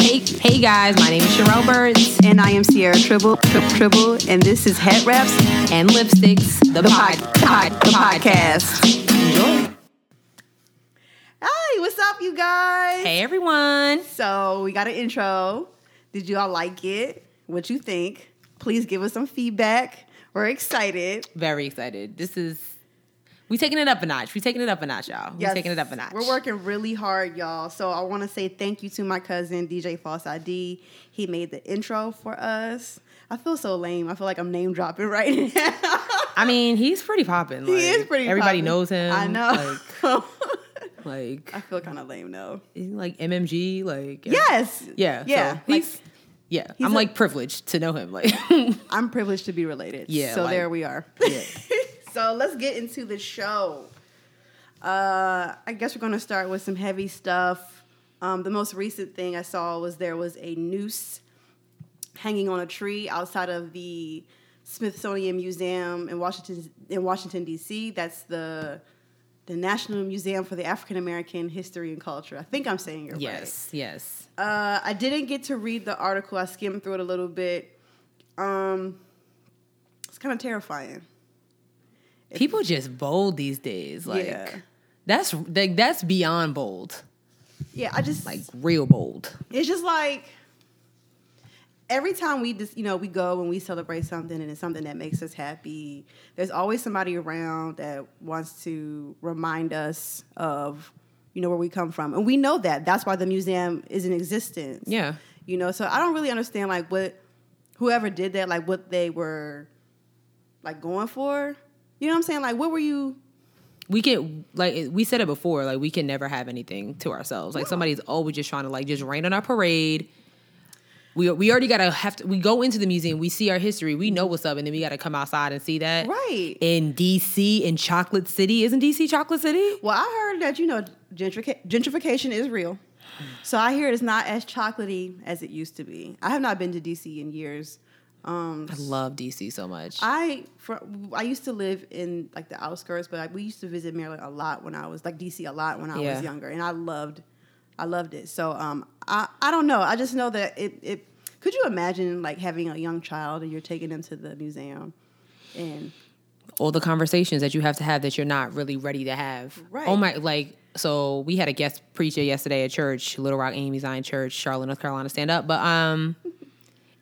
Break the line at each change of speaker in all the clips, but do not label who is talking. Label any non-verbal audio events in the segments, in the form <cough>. you guys. My name is Cheryl Burns
And I am Sierra Tribble, Tri- Tribble, and this is Head Wraps,
and Lipsticks, the,
the,
pod,
pod, pod, the podcast.
Enjoy.
Hi, what's up, you guys?
Hey everyone.
So we got an intro. Did you all like it? What you think? Please give us some feedback. We're excited.
Very excited. This is we taking it up a notch. We taking it up a notch, y'all. We
Yes,
taking it up a notch.
We're working really hard, y'all. So I want to say thank you to my cousin DJ False ID. He made the intro for us. I feel so lame. I feel like I'm name dropping right <laughs> now.
I mean, he's pretty popping.
he is pretty.
Everybody
poppin'.
knows him.
I know. <laughs>
Like, like,
I feel kind of lame though.
he's like MMG. Like
Yes.
yeah,
Yeah.
So
like,
he's yeah.
he's
I'm
a-
like privileged to know him. Like <laughs>
I'm privileged to be related.
Yeah,
So
like-
there we are. <laughs>
Yeah.
so let's get into the show. Uh, I guess we're gonna start with some heavy stuff. Um, the most recent thing I saw was there was a noose hanging on a tree outside of the Smithsonian Museum in Washington in Washington D.C. That's the the National Museum for the African American History and Culture. I think I'm saying it right.
yes, yes.
Uh, I didn't get to read the article. I skimmed through it a little bit. Um, it's kind of terrifying.
People just bold these days. Like
Yeah.
that's like that's beyond bold.
Yeah, I just
Like real bold.
it's just like every time we just you know we go and we celebrate something and it's something that makes us happy. There's always somebody around that wants to remind us of you know where we come from, and we know that. That's why the museum is in existence.
Yeah.
you know so i don't really understand like what whoever did that like what they were like going for you know what i'm saying like what were you
we can like we said it before like we can never have anything to ourselves like somebody's always just trying to like just rain on our parade we, we already gotta have to we go into the museum we see our history we know what's up and then we gotta come outside and see that
Right.
in dc in chocolate city isn't dc chocolate city
well i heard that you know gentrica- gentrification is real so i hear it's not as chocolatey as it used to be i have not been to dc in years um
i love dc so much
i for, i used to live in like the outskirts but like, we used to visit maryland a lot when i was like dc a lot when i
Yeah.
was younger and i loved i loved it so um i i don't know i just know that it it could you imagine like having a young child and you're taking them to the museum and
all the conversations that you have to have that you're not really ready to have.
Right.
Oh my, like, so we had a guest preacher yesterday at church, Little Rock Amy Zion Church, Charlotte, North Carolina, stand up. But, um,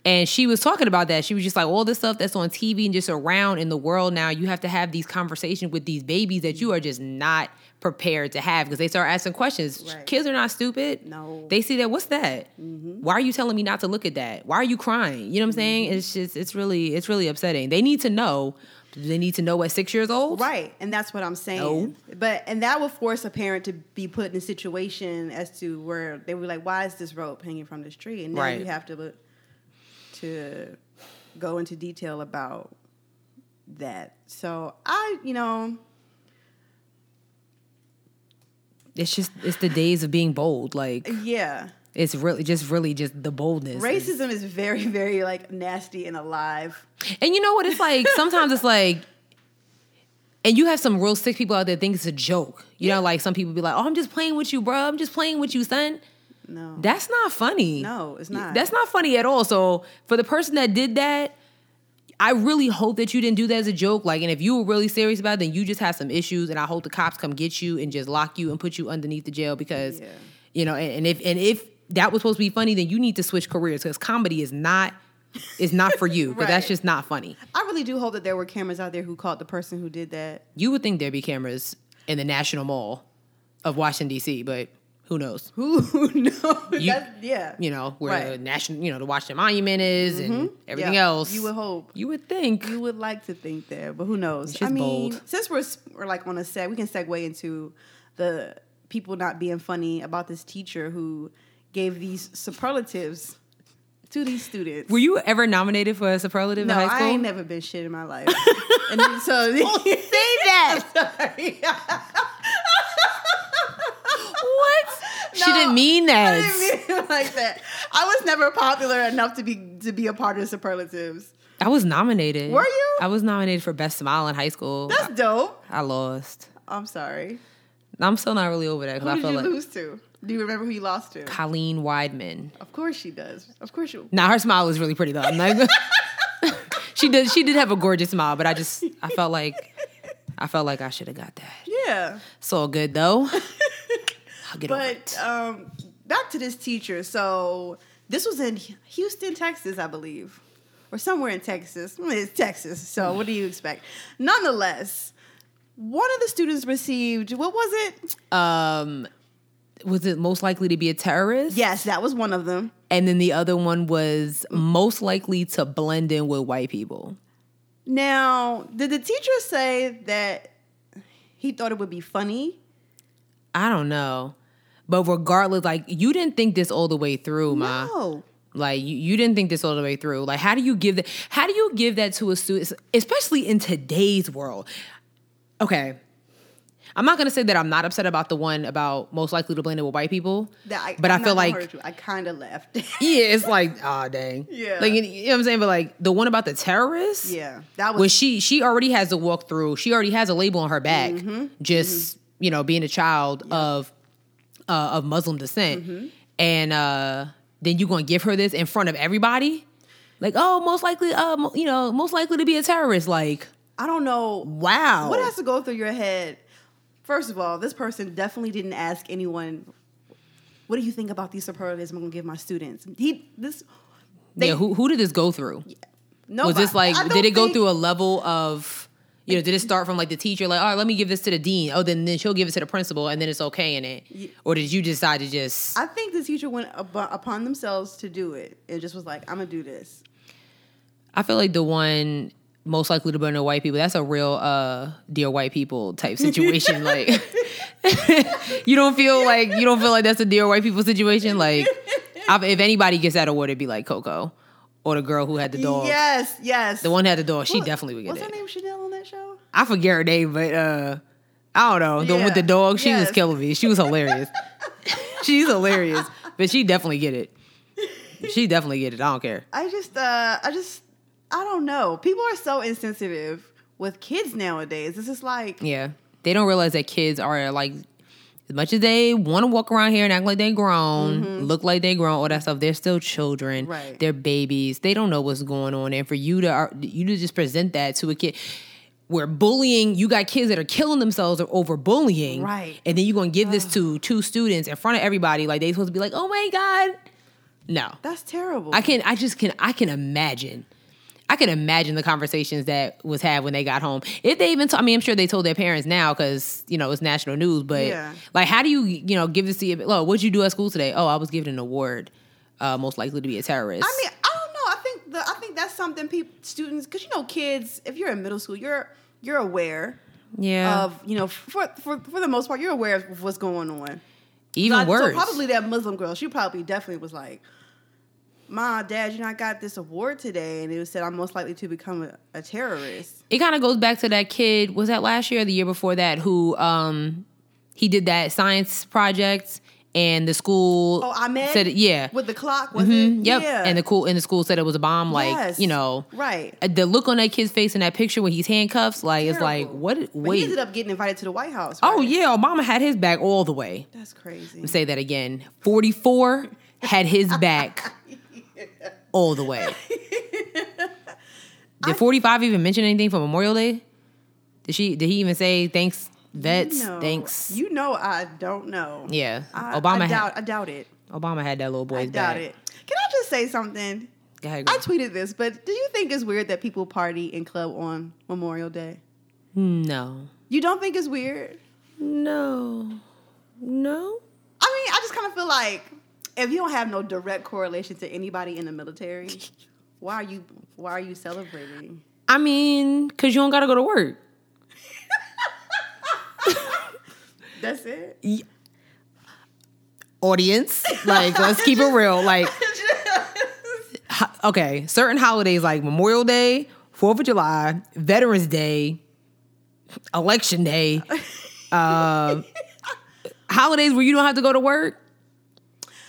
and she was talking about that. She was just like, all this stuff that's on TV and just around in the world now, you have to have these conversations with these babies that you are just not prepared to have because they start asking questions.
Right.
Kids are not stupid.
No.
They see that, what's that? Why are you telling me not to look at that? Why are you crying? You know what I'm saying? It's just, it's really, it's really upsetting. They need to know. Do they need to know at six years old?
right and that's what i'm saying but and that would force a parent to be put in a situation as to where they were like why is this rope hanging from this tree and now
Right.
you have to look to go into detail about that so i you know
It's just, it's the days of being bold. Like,
yeah
it's really, just really just the boldness.
racism is very very like nasty and alive
And you know what? It's like sometimes it's like, and you have some real sick people out there think it's a joke. You know, like some people be like, "Oh, I'm just playing with you, bruh. I'm just playing with you, son."
no
That's not funny.
No, it's not.
That's not funny at all. So for the person that did that, I really hope that you didn't do that as a joke. Like, and if you were really serious about it, then you just had some issues, and I hope the cops come get you and just lock you and put you underneath the jail because,
Yeah.
you know, and, and if and if that was supposed to be funny, then you need to switch careers because comedy is not is not for you
<laughs>
because that's
Right.
just not funny.
i really do hope that there were cameras out there who caught the person who did that <laughs>
You would think there'd be cameras in the National Mall of Washington D.C., but who knows?
who knows
You-
That's- yeah
You know where the
Right. Mm-hmm.
national, you know, the Washington Monument is and everything
Yeah.
else.
You would hope.
You would think.
You would like to think that, but who knows?
She's
I mean,
bold.
since we're s- we're like on a set, we can segue into the people not being funny about this teacher who gave these superlatives to these students.
Were you ever nominated for a superlative
no,
in high
I
school?
ain't never been shit in my
<laughs>
life. and then, so say <laughs> that.
what? she
No,
didn't mean
I
that.
didn't mean it like that. I was never popular enough to be to be a part of superlatives.
I was nominated.
Were you?
I was nominated for best smile in high school.
That's dope.
I, I lost.
I'm sorry.
I'm still not really over that
Who
because I
did
feel
you
like
lose to? Do you remember who you lost to?
Colleen Wideman.
Of course she does. Of course <laughs> you.
Now her smile was really pretty though. I'm not gonna- <laughs> she did. She did have a gorgeous smile, but I just I felt like I felt like I should have got that.
Yeah.
It's all good though. I'll get over it.
But um, back to this teacher. So this was in Houston, Texas, I believe, or somewhere in Texas. I mean, It's Texas. So what do you expect? Nonetheless, one of the students received what was it?
um, was it most likely to be a terrorist?
Yes, that was one of them.
And then the other one was
Mm.
most likely to blend in with white people.
Now, did the teacher say that he thought it would be funny?
I don't know. But regardless, like you didn't think this all the way through, ma.
No.
Like you, you didn't think this all the way through. Like how do you give that? How do you give that to a student, especially in today's world? Okay, I'm not gonna say that I'm not upset about the one about most likely to blend it with white people,
That I,
but
I'm
I feel
not gonna
like
hurt you. I kind of laughed.
yeah, it's like ah dang,
Yeah.
Like you know what I'm saying, but like the one about the terrorists,
<laughs> yeah, that was
was she she already has a walk through. She already has a label on her back. Just you know, being a child of uh, of Muslim descent, and uh, then you gonna give her this in front of everybody, like oh, most likely, uh, mo- you know, most likely to be a terrorist. Like
I don't know
wow,
What has to go through your head? First of all, this person definitely didn't ask anyone, "What do you think about these superlatives I'm going to give my students?" He this
yeah, who who did this go through?
no.
Was this like did it go through
A-
a level of? You know, did it start from like the teacher, like, all right, let me give this to the dean. Oh, then, then she'll give it to the principal, and then it's okay in it. Or did you decide to just?
I think the teacher went ab- upon themselves to do it and just was like, "I'm going to do this."
I feel like the one most likely to burn the white people. That's a real uh dear white people type
<laughs>
situation. like <laughs> you don't feel like you don't feel like that's a dear white people situation. Like I, if anybody gets that award, it'd be like Coco or the girl who had the dog.
Yes, yes.
The one who had the dog. She
What-
definitely would
What's
get
her
it.
name? Chanel on that show.
I forget her name, but uh I don't know. The one with the
Yeah.
dog, she was
Yes.
killing me. She was
<laughs>
hilarious. She's hilarious, but she definitely get it. She definitely get it. I don't care.
I just, uh, I just, I don't know. People are so insensitive with kids nowadays. It's just like,
Yeah. They don't realize that kids are like as much as they want to walk around here and act like they grown, look like they grown, all that stuff, they're still children.
Mm-hmm. Right.
They're babies. They don't know what's going on. And for you to uh, you to just present that to a kid where bullying, you got kids that are killing themselves over bullying.
Right.
And then you're gonna give this to two students in front of everybody, like they supposed to be like, oh my God. No.
that's terrible.
I can I just can I can imagine. I can imagine the conversations that was had when they got home. If they even, told I mean, I'm sure they told their parents now because you know it's national news. But
Yeah.
like, how do you, you know, give this to? your- Oh, what'd you do at school today? Oh, I was given an award, uh, most likely to be a terrorist.
I mean, I don't know. I think the I think that's something people students because you know kids. If you're in middle school, you're you're aware
yeah,
of you know for, for for the most part you're aware of what's going on.
even
So I- so
worse.
probably that Muslim girl. She probably definitely was like, "Ma, Dad, you know I got this award today, and it was said I'm most likely to become a, a terrorist."
it kind of goes back to that kid was that last year or the year before that who um he did that science project and the school
Oh, I meant
said yeah
with the clock was
Mhm,
it?
yep
Yeah.
and the cool and the school said it was a bomb like
Yes.
you know
right.
the look on that kid's face in that picture when he's handcuffed, like it's like
Terrible.
what?
But he
Wait.
ended up getting invited to the White House.
oh
right?
yeah, Obama had his back all the way.
that's crazy.
Say that again. Forty four had
<laughs>
his back all the way. Did forty five even mention anything for Memorial Day? Did she? Did he even say thanks vets?
You know-
thanks.
You know I don't know.
yeah,
I,
Obama
I doubt,
had
I doubt it.
Obama had that little
I
boy's
doubt
back.
it. Can I just say something?
Go ahead, girl.
I tweeted this, but do you think it's weird that people party in club on Memorial Day?
no,
You don't think it's weird?
no, no.
I mean, I just kind of feel like if you don't have no direct correlation to anybody in the military,
<laughs>
why are you why are you celebrating?
I mean, cause you don't gotta go to work.
That's it.
audience. Like, let's keep it real. Like, ho- okay, certain holidays like Memorial Day, Fourth of July, Veterans Day, Election Day, uh, holidays where you don't have to go to work.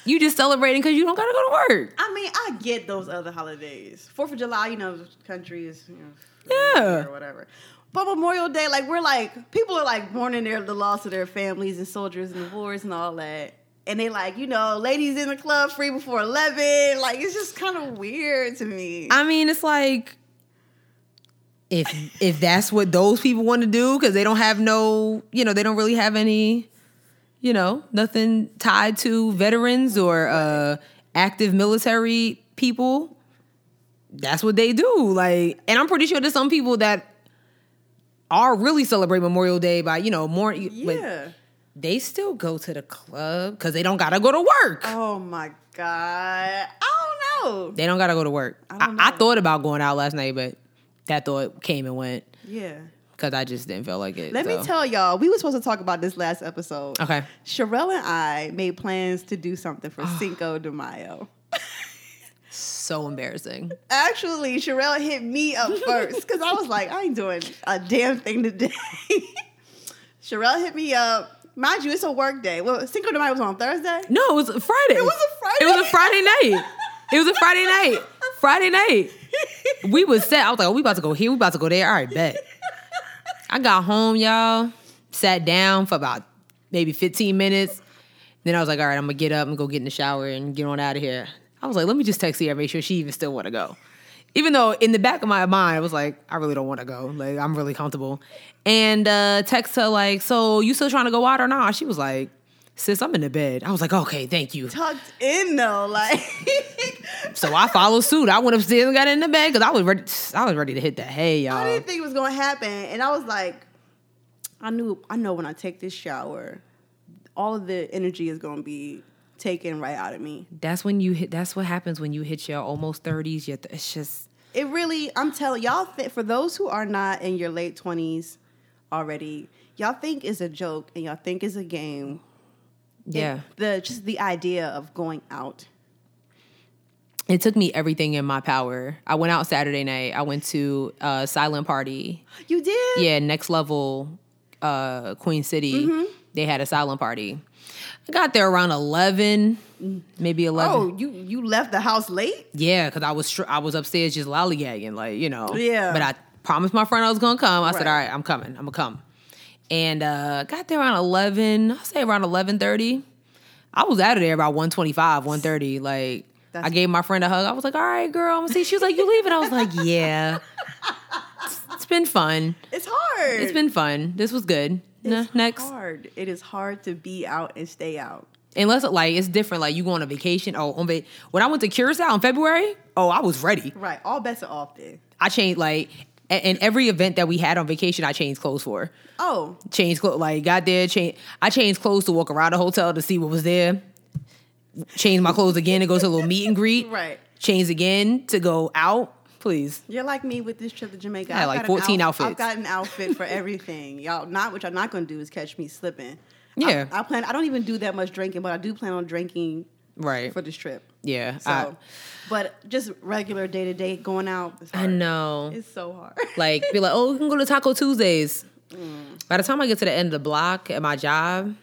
You just celebrating because you don't gotta go to work.
<laughs> I mean, I get those other holidays. Fourth of July, you know, country is you know,
Yeah.
or whatever. But Memorial Day, like we're like people are like mourning their the loss of their families and soldiers and the wars and all that. And they like, you know, ladies in the club free before eleven. Like it's just kind of weird to me.
I mean, it's like if if that's what those people want to do because they don't have no, you know, they don't really have any, you know, nothing tied to veterans or uh, active military people. That's what they do. Like, and I'm pretty sure there's some people that are really celebrate Memorial Day by you know more, but
yeah.
they still go to the club because they don't gotta go to work.
oh my god. I don't know.
They don't gotta go to work.
I don't
I, I
know.
thought about going out last night, but that thought came and went
Yeah.
because I just didn't feel like it.
Let
so.
me tell y'all, we were supposed to talk about this last episode.
Okay.
Sherelle and I made plans to do something
Ah.
for Cinco de Mayo.
So embarrassing.
Actually, Sherelle hit me up first because I was like, I ain't doing a damn thing today. <laughs> Sherelle hit me up. Mind you, it's a work day. Well, Cinco de Mayo was on Thursday. <laughs>
No, it was a Friday. It
was a Friday.
It was a Friday night. It was a Friday night. Friday night. We was set. I was like, oh, we about to go here. We about to go there. All right, bet. I got home, y'all. Sat down for about maybe 15 minutes. Then I was like, all right, I'm gonna get up and go get in the shower and get on out of here. I was like, let me just text her, make sure she even still wanna go. Even though in the back of my mind, I was like, I really don't wanna go. Like, I'm really comfortable. And uh, text her, like, so you still trying to go out or not? She was like, sis, I'm in the bed. I was like, okay, thank you.
Tucked in though, like <laughs>
So I followed suit. I went upstairs and got in the bed because I was ready. I was ready to hit the hay,
I
y'all.
didn't think it was gonna happen, and I was like, I knew, I know when I take this shower, all of the energy is gonna be taken right out of me.
That's when you hit. That's what happens when you hit your almost thirties. Your th- it's just
it really i'm telling y'all th- for those who are not in your late 20s already y'all think it's a joke and y'all think it's a game
yeah.
the just the idea of going out
It took me everything in my power. I went out Saturday night. I went to a silent party.
you did
Yeah, next level, uh, Queen City. They had a silent party. I got there around eleven, maybe eleven.
oh you you left the house late
Yeah, because I was str- I was upstairs just lollygagging, like you know.
Yeah.
But I promised my friend I was gonna come. I said,
Right.
"All right, I'm coming. I'm gonna come." And uh, got there around eleven. I say around eleven thirty. I was out of there by 125, 130. Like I
That's-
gave my friend a hug. I was like, "All right, girl, I'm gonna see." She was like, "You leaving?" I was like, "Yeah." It's- it's been fun.
it's hard
It's been fun. This was good. Nah,
It's
next,
hard it is hard to be out and stay out
unless like it's different. Like you go on a vacation. Oh, on va- when I went to Curacao in February, oh, I was ready.
right all bets are off then
I changed like a- in every event that we had on vacation, I changed clothes for.
oh
Changed clothes, like got there, change. I changed clothes to walk around the hotel to see what was there. Changed my clothes again to go to a little meet and greet.
<laughs> Right.
Changed again to go out. Please,
you're like me with this trip to Jamaica.
I had
I've
like
got an
14
I've
outfits.
got an outfit for everything. <laughs> Y'all, not what y'all not gonna do is catch me slipping.
Yeah.
I, I plan. I don't even do that much drinking, but I do plan on drinking
right? Uh,
for this trip.
yeah,
So,
I,
but just regular day to day going out. It's
I
hard.
know.
It's Mm. so hard. <laughs>
like be like, oh, we can go to Taco Tuesdays. By the time I get to the end of the block at my job,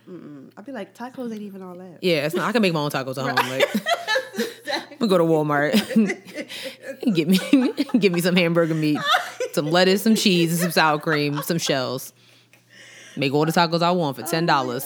I'd be like, tacos ain't even all that.
Yeah, it's not, I can make my own tacos at home. Like, I'm gonna go to Walmart <laughs> and get me <laughs> get me some hamburger meat, some lettuce, some cheese, and some sour cream, some shells. Make all the tacos I want for ten dollars.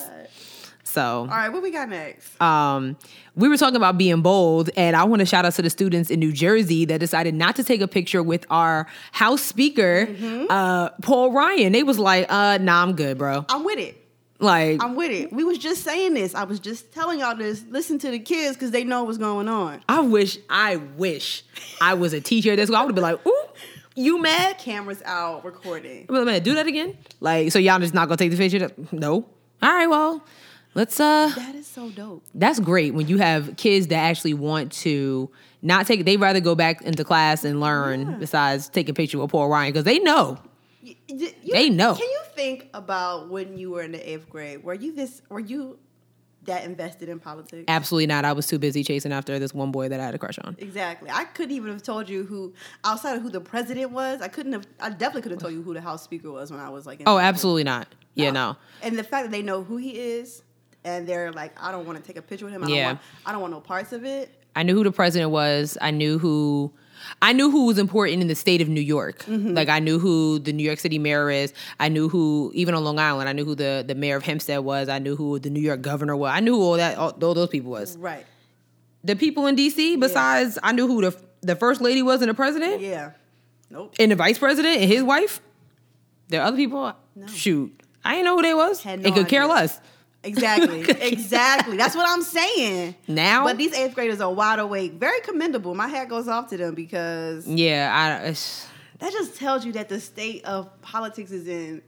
so,
Oh All right, what we got next?
um, we were talking about being bold, and I want to shout out to the students in New Jersey that decided not to take a picture with our House Speaker, uh, Paul Ryan. They was like, "Uh, nah, I'm good, bro."
I'm with it.
Like,
I'm with it. We was just saying this. I was just telling y'all this. Listen to the kids because they know what's going on.
I wish, I wish I was a teacher at that school. I would have been like, ooh, you mad?
Cameras out, recording.
I'd be like, man, do that again? Like, so y'all just not gonna take the picture? No. All right, well, let's uh
That is so dope.
that's great when you have kids that actually want to not take they'd rather go back into class and learn besides taking a picture with Paul Ryan because they know.
Y- y- you-
They know.
Can you think about when you were in the eighth grade? Were you this? Were you that invested in politics?
Absolutely not. I was too busy chasing after this one boy that I had a crush on.
Exactly. I couldn't even have told you who outside of who the president was. I couldn't have. I definitely could have told you who the House Speaker was when I was like. In
Oh, absolutely not. Yeah, no.
And the fact that they know who he is, and they're like, I don't want to take a picture with him. I
Yeah.
Don't want, I don't want no parts of it.
I knew who the president was. I knew who I knew who was important in the state of New York.
Mm-hmm.
Like I knew who the New York City mayor is. I knew who even on Long Island. I knew who the, the mayor of Hempstead was. I knew who the New York governor was. I knew who all that all, all those people was.
Right.
The people in D.C. Besides, I knew who the the first lady was and the president
Yeah. Nope.
and the vice president and his wife. There are other people. Shoot, I didn't know who they was.
Had
and
no
could care
idea.
less. <laughs>
Exactly. exactly. That's what I'm saying.
Now?
But these eighth graders are wide awake. Very commendable. My hat goes off to them because
Yeah, I. It's,
that just tells you that the state of politics is in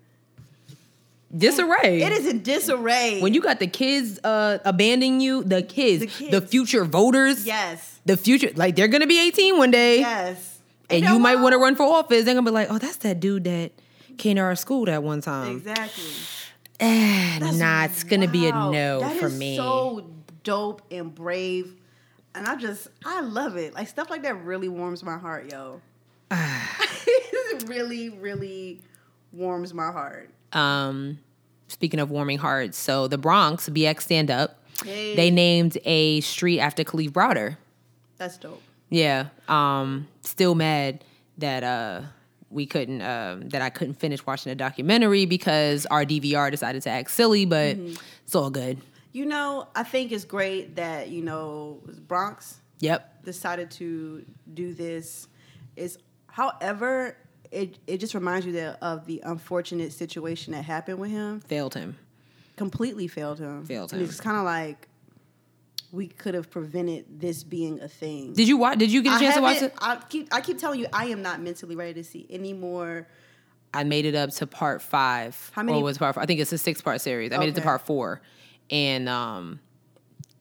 disarray.
it is in disarray.
when you got the kids uh, abandoning you, the kids,
The
the
kids.
future voters,
Yes.
the future, like they're gonna be 18 one day,
Yes.
and
they're
you might want to
wrong.
run for office. They're gonna be like, oh, that's that dude that came to our school that one time.
Exactly.
Eh,
That's
nah, it's gonna be a
wow.
no
That
for
is
me.
So dope and brave. And I just I love it. Like stuff like that really warms my heart, yo. <sighs> it really, really warms my heart.
um, speaking of warming hearts, so the Bronx BX Stand Up,
Hey.
they named a street after Khalif Browder.
That's dope.
Yeah. Um, still mad that uh we couldn't um that I couldn't finish watching the documentary because our DVR decided to act silly, but
Mm-hmm.
it's all good.
You know, I think it's great that, you know, Bronx
Yep.
decided to do this. It's however, it, it just reminds you that of the unfortunate situation that happened with him.
Failed him.
Completely failed him.
Failed
And
him.
it's kind of like we could have prevented this being a thing.
Did you watch did you get a
I,
chance to watch
haven't-
it?
I keep I keep telling you I am not mentally ready to see any more.
I made it up to part five.
How many-
Or was part four? I think it's a six part series. I made it to
Okay.
part four. And um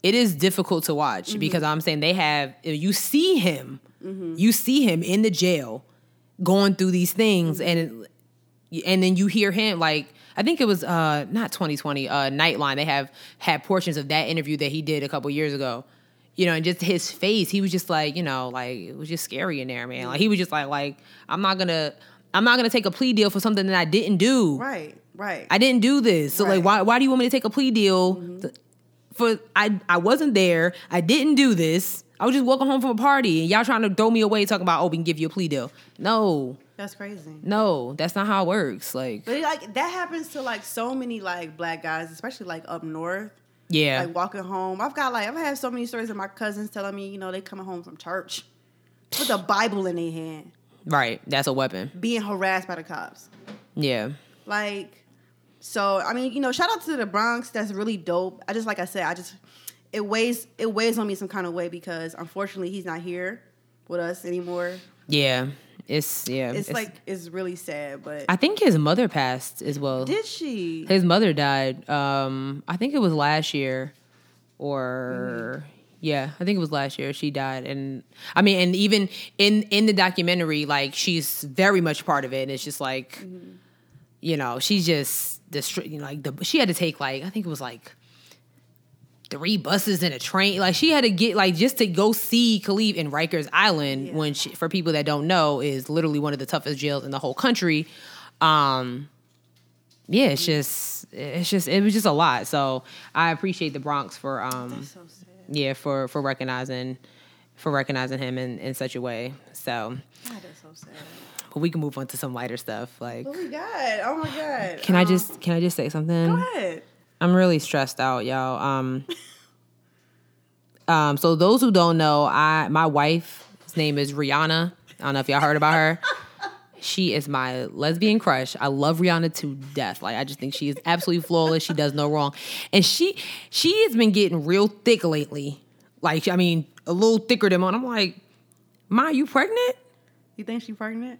it is difficult to watch
Mm-hmm.
because I'm saying they have you see him. You see him in the jail going through these things and it, and then you hear him like I think it was uh not 2020 uh Nightline they have had portions of that interview that he did a couple years ago. You know, and just his face, he was just like, you know, like it was just scary in there, man. Like he was just like like I'm not going to I'm not going to take a plea deal for something that I didn't do.
Right, right.
I didn't do this. So
Right.
like,
Mm-hmm.
why why do you want me to take a plea deal th- for I I wasn't there. I didn't do this. I was just walking home from a party, and y'all trying to throw me away, talking about oh, we can give you a plea deal. No,
That's crazy.
no, that's not how it works. Like,
But like that happens to like so many like black guys, especially like up north.
yeah,
Like walking home, I've got like I've had so many stories of my cousins telling me, you know, they coming home from church with a Bible in their hand,
right. That's a weapon.
being harassed by the cops.
Yeah,
Like, so I mean, you know, shout out to the Bronx. That's really dope. I just like I said, I just it weighs it weighs on me some kind of way because unfortunately he's not here with us anymore.
yeah. It's yeah.
It's, like it's really sad, but
I think his mother passed as well.
did she?
His mother died. Um, I think it was last year,
Mm-hmm.
or yeah, I think it was last year. She died, and I mean, and even in in the documentary, like she's very much part of it. And it's just like,
Mm-hmm.
you know, she's just distri- you know, like the she had to take like I think it was like three buses and a train. Like she had to get like just to go see Khalid in Rikers Island,
Yeah.
when she, for people that don't know, is literally one of the toughest jails in the whole country. Um, yeah, it's just it's just it was just a lot. So I appreciate the Bronx for um
So sad.
yeah for for recognizing for recognizing him in in such a way. So
God, that's so sad.
but we can move on to some lighter stuff. Like,
What we got? Oh my god.
can I
Um,
just can I just say something?
Go ahead.
I'm really stressed out, y'all. Um, um, so those who don't know, I my wife's name is Rihanna. I don't know if y'all heard about her. She is my lesbian crush. I love Rihanna to death. Like I just think she is absolutely flawless. She does no wrong, and she she has been getting real thick lately. Like I mean, a little thicker than mine. I'm like, Ma, you pregnant?
You think she pregnant?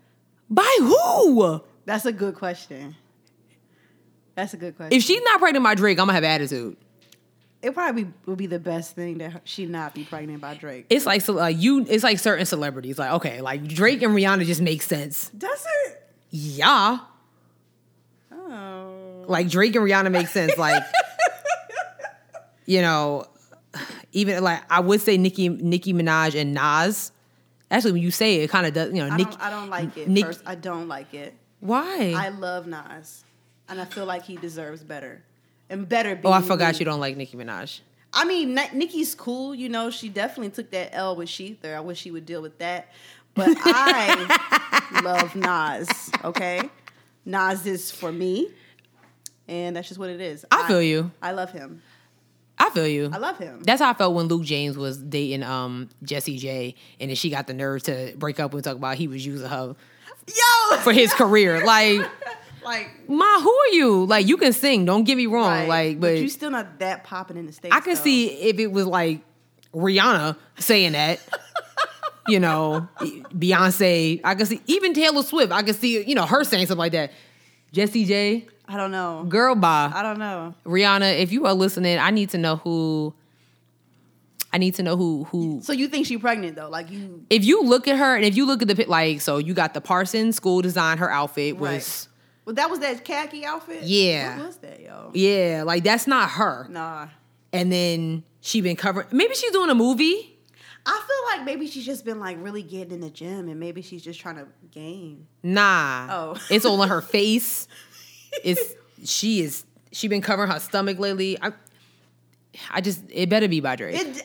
By who?
That's a good question. That's a good question.
If she's not pregnant by Drake, I'm gonna have attitude.
it probably would be the best thing that her- she not be pregnant by Drake.
it's like so, like you it's like certain celebrities like okay like drake and rihanna just make sense
Does it?
yeah
Oh.
like drake and rihanna make sense like <laughs> you know even like i would say nicki nicki minaj and nas actually when you say it, it kind of does you know
I
Nicki.
don't, I don't like it.
Nick-
First, I don't like it.
why
I love Nas, and I feel like he deserves better and better.
oh i
being
forgot
me.
you don't like nicki minaj
I mean, Ni- Nikki's cool. You know, she definitely took that L with Sheether. I wish she would deal with that.
<laughs>
but I love Nas. Okay, Nas is for me, and that's just what it is.
I feel you.
I love him.
I feel you.
I love him.
That's how I felt when Luke James was dating um Jesse J, and then she got the nerve to break up and talk about he was using her
Yo,
for his career. Like,
like,
ma, who are you? Like, you can sing. Don't get me wrong.
right,
like, but,
you still not that popping in the states.
I can
though.
see if it was like Rihanna saying
<laughs>
that. you know, e, Beyonce. I can see even Taylor Swift. I can see you know her saying something like that. Jesse J,
I don't know.
girl, bye.
I don't know.
Rihanna, if you are listening, I need to know who. I need to know who who.
So you think she pregnant though? Like you?
If you look at her and if you look at the pic, like so, you got the Parsons school design. Her outfit was
Right. Well, that was that khaki outfit.
Yeah.
What was that, yo?
yeah, like that's not her.
Nah.
And then she been covering. Maybe she's doing a movie.
I feel like maybe she's just been like really getting in the gym, and maybe she's just trying to gain.
Nah.
Oh.
it's all on her
<laughs>
face. It's she is she been covering her stomach lately. I I just it better be by Drake. It,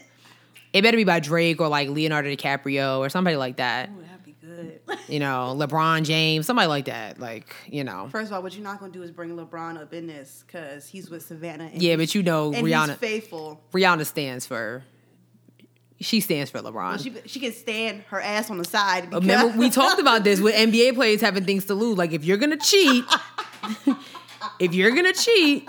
It.
better be by Drake or like Leonardo DiCaprio or somebody like that.
Ooh, that'd be good. <laughs>
You know, LeBron James, somebody like that. Like you know,
First of all, what you're not gonna do is bring LeBron up in this because he's with Savannah. And
yeah. But you know,
and he's
Rihanna
faithful.
Rihanna stands for she stands for LeBron.
She she can stand her ass on the side. Because,
Remember, we
<laughs>
talked about this with NBA players having things to lose. Like if you're gonna cheat, <laughs> if you're gonna cheat,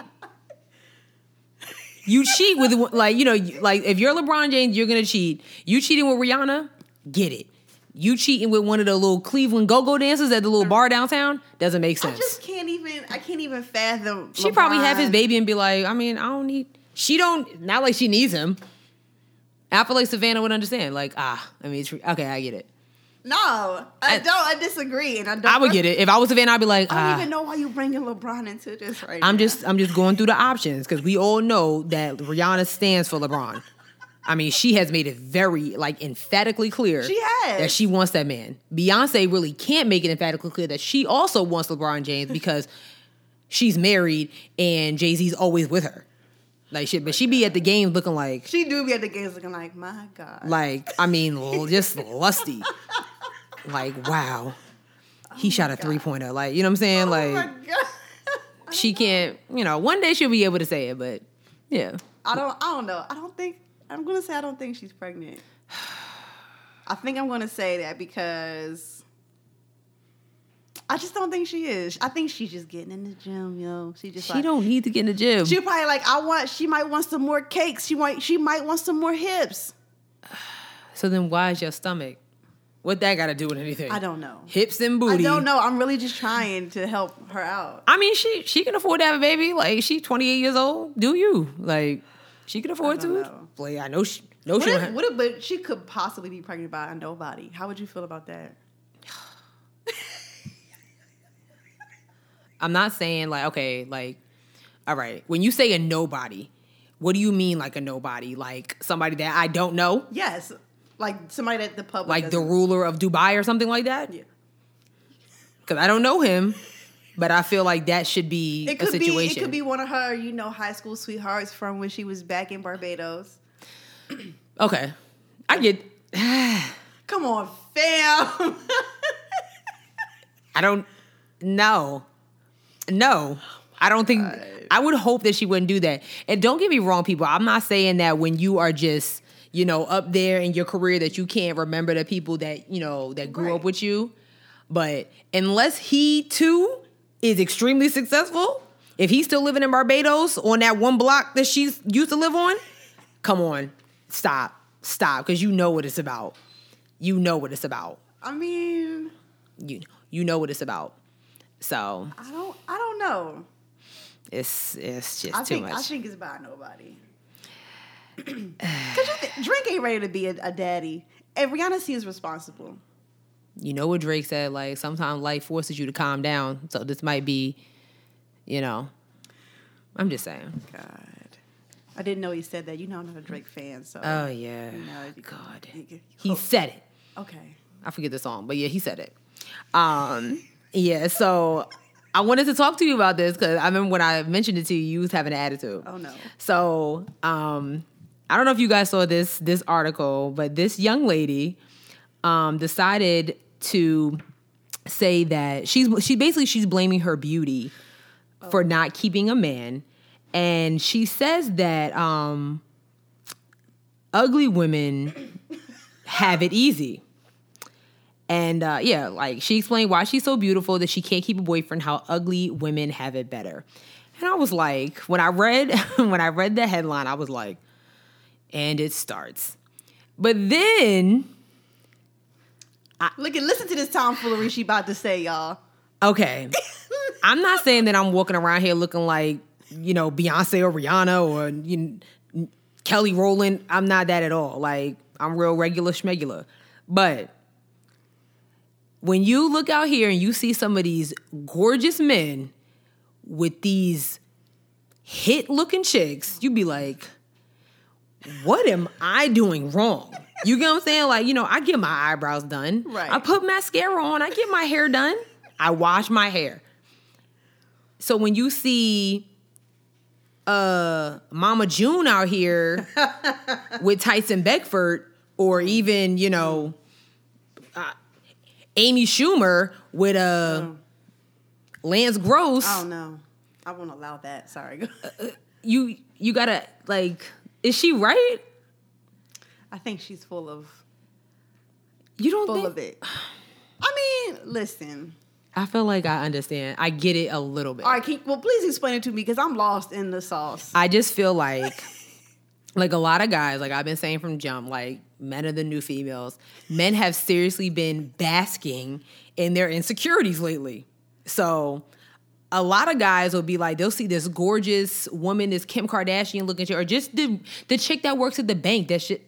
you cheat with like you know you- like if you're LeBron James, you're gonna cheat. You cheating with Rihanna, get it. You cheating with one of the little Cleveland go-go dancers at the little bar downtown doesn't make
I
sense.
just can't even. I can't even fathom.
she probably have his
LeBron.
baby and be like, I mean, I don't need. She don't. Not like she needs him. I feel like Savannah would understand. Like, ah, I mean, it's, okay, I get it.
No, I
I-
don't. I disagree, and I don't.
I would get it if I was Savannah. I'd be like,
I don't
ah,
even know why you bringing LeBron into this right
I'm
now.
just I'm just going through the options because we all know that Rihanna stands for LeBron. I mean, she has made it very like emphatically clear
She has.
that she wants that man. Beyonce really can't make it emphatically clear that she also wants LeBron James because she's married and Jay Z's always with her. Like shit, but she be at the game looking like
She do be at the games looking like, my God.
like I mean l- just lusty. Like wow, he shot a three pointer. Like you know what I'm saying?
oh
like
my God. <laughs>
she can't, you know, one day she'll be able to say it, but yeah.
I don't. I don't know. I don't think. I'm gonna say I don't think she's pregnant. <sighs> I think I'm gonna say that because I just don't think she is. I think she's just getting in the gym, yo. She just
She
like,
don't need to get in the gym.
She probably like I want. She might want some more cakes. She might. She might want some more hips.
so then why is your stomach? What that got to do with anything?
I don't know.
Hips and
I
booty.
don't know. I'm really just trying to help her out.
I mean, she she can afford to have a baby. Like she 28 years old. Do you like? She can afford
don't
to.
know.
Like I know she. No,
What
she. don't
if,
have-
what if, but she could possibly be pregnant by a nobody. How would you feel about that?
I'm not saying like okay, like all right. When you say a nobody, what do you mean like a nobody? Like somebody that I don't know,
Yes, like somebody that the public
like the
doesn't-
ruler of Dubai or something like that.
Yeah.
because I don't know him, but I feel like that should be
It
a
could
situation.
be. It could be one of her, you know, high school sweethearts from when she was back in Barbados.
okay. I get.
Come on, fam. <laughs>
I don't. No, no. I don't think. I would hope that she wouldn't do that. And don't get me wrong, people. I'm not saying that when you are just you know up there in your career that you can't remember the people that you know that grew
Right.
up with you. But unless he too is extremely successful, if he's still living in Barbados on that one block that she used to live on, come on, stop, stop, because you know what it's about. You know what it's about.
I mean,
You you know what it's about. So
I don't. I don't know.
it's it's just
I
too
think.
much.
I think it's by nobody. <clears throat> Cause you think Drake ain't ready to be a, a daddy, and Rihanna C is responsible.
you know what Drake said? Like sometimes life forces you to calm down. So this might be, you know, I'm just saying.
God, I didn't know he said that. You know, I'm not a Drake fan, so
Oh yeah,
you know, you-
God,
you- you-
he said it.
okay.
I forget the song, but yeah, he said it. Um, yeah, so I wanted to talk to you about this because I remember when I mentioned it to you, you was having an attitude.
Oh, no.
So um, I don't know if you guys saw this this article, but this young lady um, decided to say that she's she basically she's blaming her beauty for
Oh.
not keeping a man, and she says that um, ugly women have it easy. And uh, yeah, like she explained why she's so beautiful that she can't keep a boyfriend, how ugly women have it better. And I was like, when I read <laughs> when I read the headline, I was like, and it starts. But then,
Look at listen to this tomfoolery she about to say, y'all.
okay, I'm not saying that I'm walking around here looking like you know Beyonce or Rihanna or you kn- Kelly Rowland. I'm not that at all. Like I'm real regular schmegular. But when you look out here and you see some of these gorgeous men with these hit looking chicks, you be like, what am I doing wrong? You get what I'm saying? Like, you know, I get my eyebrows done.
Right.
I put mascara on. I get my hair done. I wash my hair. So when you see uh Mama June out
<laughs>
here with Tyson Beckford or even, you know, uh, Amy Schumer with uh, Lance Gross
Oh no. I won't allow that. Sorry. <laughs>
you you gotta like is she right
I think she's full of
you don't
full
think <sighs>
of it. I mean, listen.
i feel like i understand i get it a little bit
All right, can, well, please explain it to me because I'm lost in the sauce.
i just feel like <laughs> like a lot of guys like i've been saying from jump like men are the new females men have seriously been basking in their insecurities lately so a lot of guys will be like they'll see this gorgeous woman this kim kardashian looking chick or just the the chick that works at the bank that shit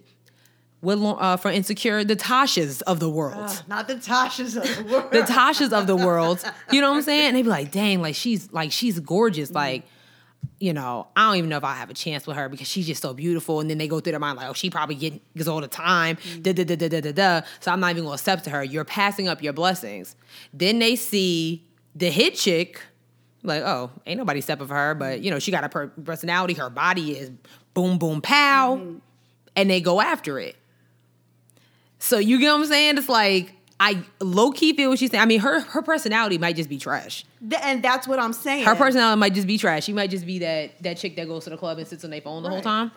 with uh, for insecure the tashas of the world
Not the Tasha's of the world.
the Tashas of the world. You know what I'm saying? And they be like, dang, like she's like she's gorgeous. Like, you know, I don't even know if I have a chance with her because she's just so beautiful. And then they go through their mind like, oh, she probably get- gets all the time. Da da da da da da da. So I'm not even gonna accept her. You're passing up your blessings. Then they see the hit chick. Like, oh, ain't nobody stepping for her, but you know, she got a per- personality. Her body is boom, boom, pow. And they go after it. So you get what I'm saying? It's like I low key feel what she's saying. I mean, her her personality might just be trash.
Th- and that's what I'm saying.
Her personality might just be trash. She might just be that that chick that goes to the club and sits on their phone the whole
Right.
time.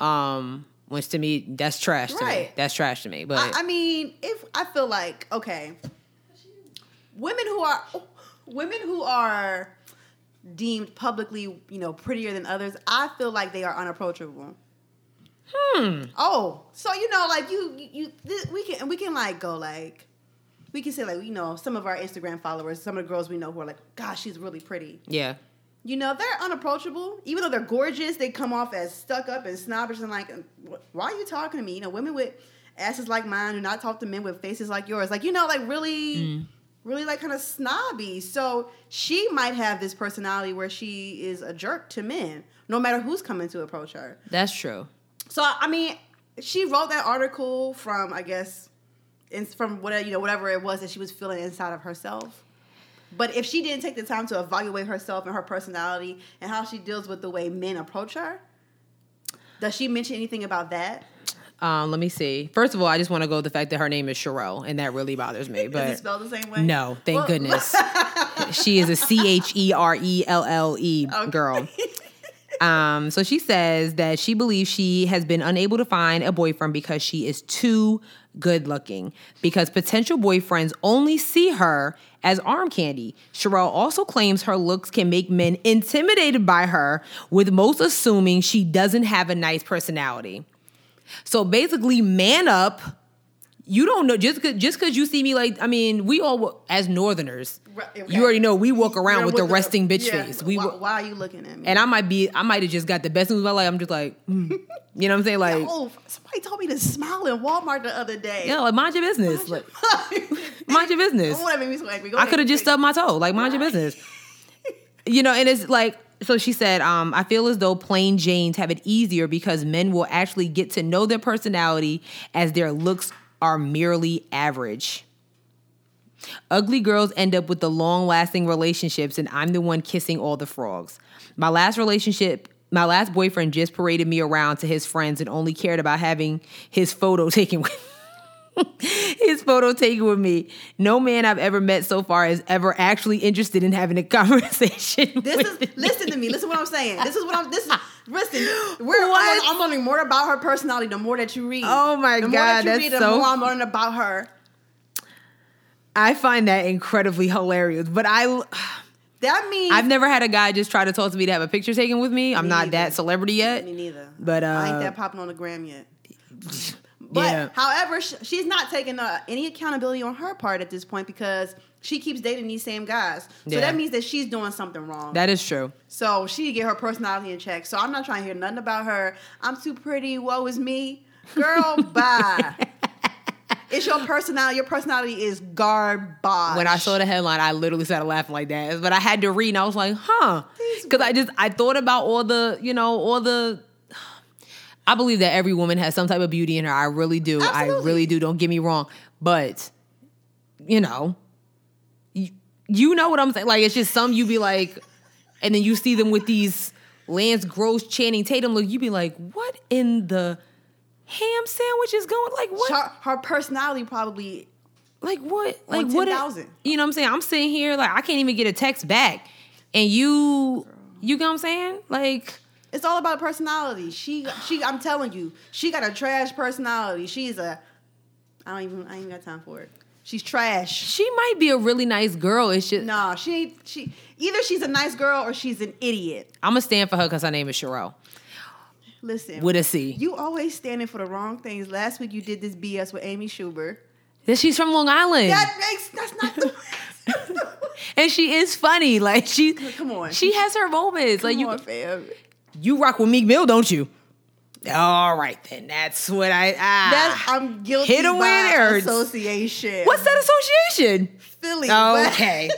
Um, which to me, that's trash to me.
Right.
That's trash to me. But
I, I mean, if I feel like okay, women who are women who are deemed publicly, you know, prettier than others, I feel like they are unapproachable. Hmm. Oh, so you know, like you, you, you this, we can, and we can like go like, we can say like, you know, some of our Instagram followers, some of the girls we know who are like, gosh, she's really pretty.
yeah,
You know, they're unapproachable. Even though they're gorgeous, they come off as stuck up and snobbish and like, "Wh- why are you talking to me? You know, women with asses like mine do not talk to men with faces like yours. Like, you know, like really, really like kind of snobby. So she might have this personality where she is a jerk to men, no matter who's coming to approach her.
that's true.
So I mean, she wrote that article from I guess, in, from whatever you know whatever it was that she was feeling inside of herself. But if she didn't take the time to evaluate herself and her personality and how she deals with the way men approach her, does she mention anything about that?
Um, let me see. First of all, I just want to go with the fact that her name is Sherelle, and that really bothers me.
Is it
But
spelled the same way?
no, thank
Well,
goodness. she is a C H E R E L L E girl. Um, so she says that she believes she has been unable to find a boyfriend because she is too good looking, because potential boyfriends only see her as arm candy. Sherelle also claims her looks can make men intimidated by her, with most assuming she doesn't have a nice personality. So basically, man up. You don't know just cause, just because you see me like I mean we all wa- as Northerners
<laughs> Right, okay.
you already know we walk around
You're
with, the resting bitch
yeah,
face we
why,
wa-
why are you looking at me?
and I might be, I might have just got the best news of my life. I'm just like, mm. you know what I'm saying? Like,
oh, somebody told me to smile in Walmart the other day. <laughs>
yeah, like mind your business. Like, <laughs> mind your business.
Oh, that made me so angry. Go
I
ahead.
could have just stubbed my toe. Like, mind your business. <laughs> You know, and it's like, so she said, um, I feel as though plain Janes have it easier because men will actually get to know their personality as their looks are merely average. Ugly girls end up with the long lasting relationships, and I'm the one kissing all the frogs. My last relationship, my last boyfriend just paraded me around to his friends and only cared about having his photo <laughs> taken with His photo taken with me. No man I've ever met so far is ever actually interested in having a <laughs> conversation.
This
with
is
me.
listen to me. Listen to what I'm saying. This is what I'm. This is listen. We're
<laughs>
I'm,
What?
learning- I'm learning more about her personality the more that you read.
Oh my
the more
God,
that you
that's
read, the
so-
more I'm learning about her.
I find that incredibly hilarious. But I,
That means
I've never had a guy just try to talk to me to have a picture taken with me. I'm not
neither.
that celebrity yet.
me neither.
But,
I ain't
uh,
that popping on the
<laughs>
gram yet. But
Yeah.
however, sh- she's not taking uh, any accountability on her part at this point because she keeps dating these same guys. So
Yeah.
that means that she's doing something wrong.
That is true.
so she need to get her personality in check. So I'm not trying to hear nothing about her. I'm too pretty. Woe is me,
<laughs>
girl. bye. It's your personality. Your personality is garbage.
When I saw the headline, I literally started laughing like that. But I had to read, and I was like, huh,
These
because I just I thought about all the, you know, all the. I believe that every woman has some type of beauty in her. I really do. I
Absolutely.
really do. Don't get me wrong, but you know, you, you know what I'm saying. Like it's just some you be like, and then you see them with these Lance Gross, Channing Tatum look. You be like, what in the ham sandwich is going? Like what?
her, her personality probably
like what
On
like what it-
10,000.
you know what i'm saying i'm sitting here like i can't even get a text back and you you know what i'm saying like
It's all about personality. She she I'm telling you, she got a trash personality. She's a I don't even I ain't got time for it. She's trash.
she might be a really nice girl it's just
No, she ain't she either she's a nice girl or she's an idiot.
i'm gonna stand for her because her name is Sherelle.
Listen.
with a c
you always standing for the wrong things. Last week you did this BS with Amy Schuber.
that she's from long island
That makes that's not the
<laughs> and she is funny like she
Come on.
she has her moments like
Come
you
on, fam.
you rock with meek mill don't you all right then that's what i
That's,
ah.
I'm guilty
Hit 'em
by
where it hurts.
association.
what's that association
Philly? but-
okay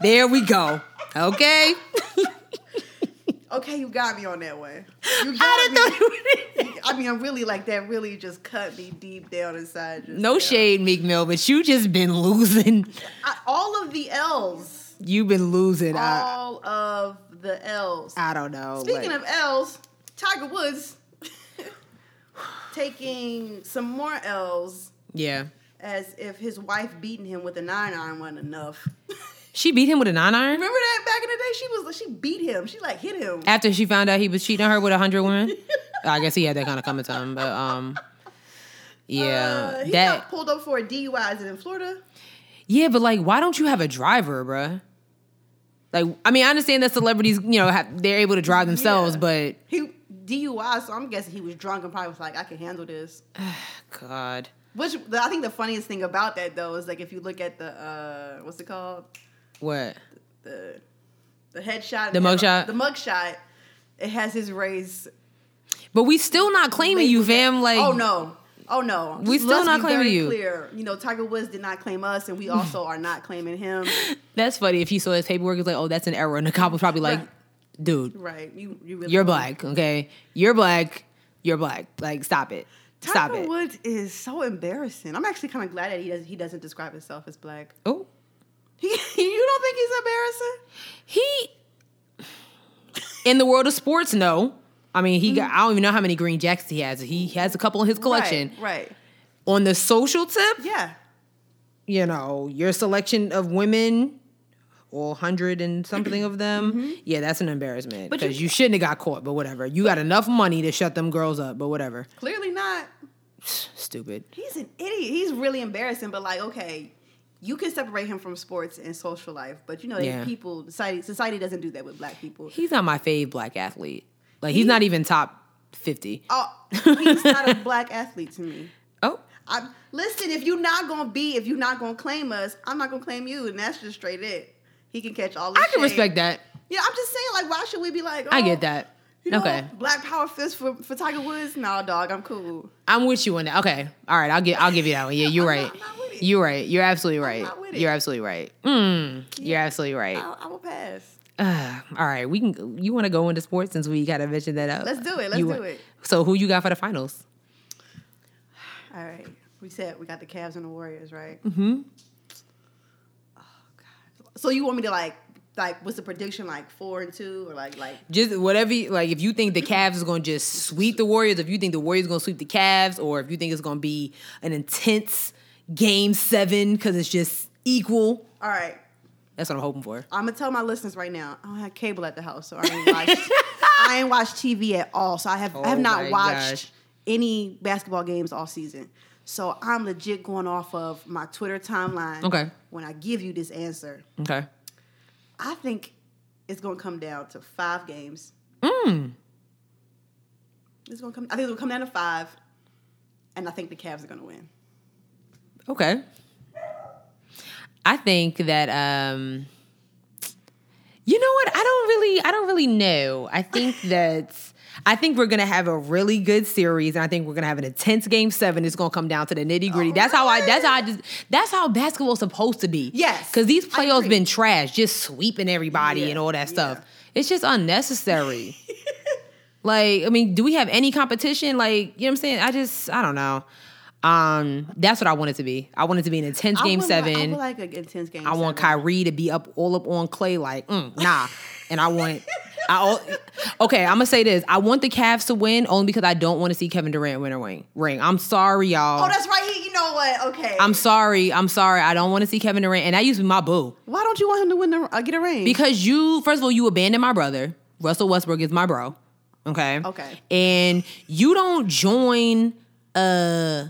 there we go okay
<laughs> okay, you got me on that one. You got
I
me.
didn't know you
I mean, I'm really like that. Really, just cut me deep down inside. Just,
No
yeah.
shade, Meek Mill, but you just been losing.
I, all of the L's.
You've been losing. I,
All of the L's.
Uh, I don't know.
Oh. Speaking
like-
of L's, Tiger Woods <laughs> taking some more L's
yeah,
as if his wife beating him with a nine iron wasn't enough. <laughs>
she beat him with a nine iron
Remember that back in the day? She was like, she beat him. She like hit him.
after she found out he was cheating on her with a hundred
<laughs>
women. I guess he had that kind of coming to him, but um,
Uh,
yeah,
he
that
got pulled up for a DUI. Is it in Florida?
yeah, but like, why don't you have a driver, bruh? Like, I mean, I understand that celebrities, you know, have, they're able to drive themselves,
Yeah.
but
He DUI, so I'm guessing he was drunk and probably was like, I can handle this.
God,
Which the, I think the funniest thing about that though is like if you look at the uh what's it called
what?
the the headshot
The mugshot?
the mugshot it has his race
But we still not claiming you, fam. Like,
oh no oh no
We
Just
still
let's
not
be
claiming
very
you.
clear you know Tiger Woods did not claim
<laughs>
us and we also are not claiming him
That's funny. If he saw his paperwork, he's like, "Oh, that's an error," and the cop was probably like,
Right.
"Dude,
right you you really
you're
don't.
black, okay? You're black. You're black. Like, stop it. Stop
Tiger
it."
Woods is so embarrassing I'm actually kind of glad that he does he doesn't describe himself as black <laughs>
Oh,
you don't think he's embarrassing
he in the world of sports, no. I mean, he got. I don't even know how many green jackets he has. He has a couple in his collection.
right, right.
On the social tip,
yeah
you know, your selection of women. Or hundred and something of them, yeah, that's an embarrassment
Mm-hmm. But you-
because you, shouldn't have got caught. But whatever, you got enough money to shut them girls up. But whatever, <sighs>
clearly not
stupid.
He's an idiot. He's really embarrassing, but like, okay, you can separate him from sports and social life, but you know,
Yeah.
people society society doesn't do that with black
<laughs>
people.
He's not my fave black athlete. Like he's not even top fifty.
Oh, he's not a black athlete to me.
Oh,
I listen. If you're not gonna be, if you're not gonna claim us, I'm not gonna claim you, and that's just straight it. He can catch all. This
I can respect that.
Yeah, I'm just saying, like, why should we be like?
I
oh,
get that.
You know,
okay,
Black power fist for, for Tiger Woods. Nah, dog, I'm cool.
I'm with you on that. Okay, all right. I'll get. I'll give you that one. Yeah, you're right.
I'm not- I'm not with it.
You're right. You're absolutely right.
not with it.
You're absolutely right. Mm, You're absolutely right.
I, I will pass. Um,
Ugh, <sighs> all right, we can. You want to go into sports since we got to mention that up.
Let's do it. Let's
You
do
want-
it.
So who you got for the finals?
All right. We said we got the Cavs and the Warriors, right?
Mm-hmm.
So you want me to like like was the prediction like four and two or like like
Just whatever, you, like if you think the Cavs is going to just sweep the Warriors, if you think the Warriors going to sweep the Cavs, or if you think it's going to be an intense game seven because it's just equal.
all right.
That's what I'm hoping for.
I'm gonna tell my listeners right now. I don't have cable at the house, so I ain't
<laughs>
watched, I ain't watched TV at all. So I have I have
Oh
not
my
watched
gosh.
any basketball games all season. So I'm legit going off of my Twitter timeline.
Okay.
When I give you this answer,
Okay.
I think it's gonna come down to five games.
Hmm.
Mm. It's gonna come. I think it's gonna come down to five, and I think the Cavs are gonna win.
Okay. I think that um you know what? I don't really I don't really know. I
<laughs>
think that I think we're gonna have a really good series, and I think we're gonna have an intense game seven. It's gonna come down to the nitty gritty. that's how I. That's how I just. That's how basketball's supposed to be.
Yes,
because these
I
playoffs
agree.
been trash, just sweeping everybody
Yeah,
and all that stuff.
yeah.
It's just unnecessary. Like, I mean, do we have any competition? Like, you know what I'm saying? I just, I don't know. Um, that's what I want it to be. I want it to be an intense game
I would
seven.
Like, I would like an intense game.
I want
seven.
Kyrie to be up all up on Clay, like, mm, nah. and I want, I al- okay, I'm gonna say this. I want the Cavs to win only because I don't want to see Kevin Durant win a ring. Ring. I'm sorry, y'all.
Oh, that's right. He, you know what? Okay.
I'm sorry. I'm sorry. I don't want to see Kevin Durant, and that used to be my boo.
Why don't you want him to win the uh, get a ring?
Because you, first of all, you abandoned my brother. Russell Westbrook is my bro. Okay.
Okay.
And you don't join uh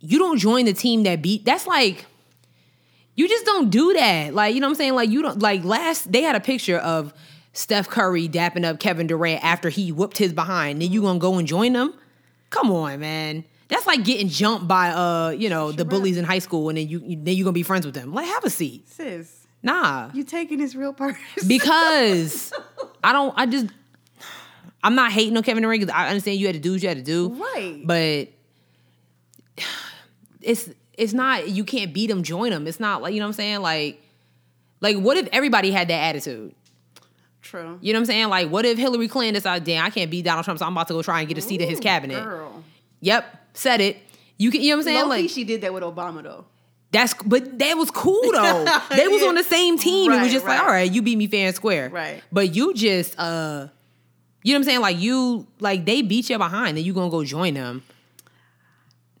you don't join the team that beat that's like you just don't do that. Like, you know what I'm saying? Like you don't like last they had a picture of Steph Curry dapping up Kevin Durant after he whooped his behind. Then you gonna go and join them? Come on, man. That's like getting jumped by uh, you know, the bullies in high school and then you, you then you gonna be friends with them. Like have a seat.
sis,
Nah
you taking his real person. <laughs>
because I don't. I just I'm not hating on Kevin Durant because I understand you had to do what you had to do,
Right.
But <sighs> it's it's not you can't beat them, join them. It's not like you know what I'm saying. Like like what if everybody had that attitude?
True.
You know what I'm saying? Like what if Hillary Clinton decided, damn, I can't beat Donald Trump, so I'm about to go try and get a seat in his cabinet.
Girl.
Yep, said it. You can, you know what I'm saying?
Low key,
like
she did that with Obama though.
that's, but that was cool though.
<laughs>
they was
Yeah.
on the same team. it
Right,
was just
right.
like, all right, you beat me fair and square.
Right.
But you just, uh, you know what I'm saying? Like you, like they beat you behind, then you gonna go join them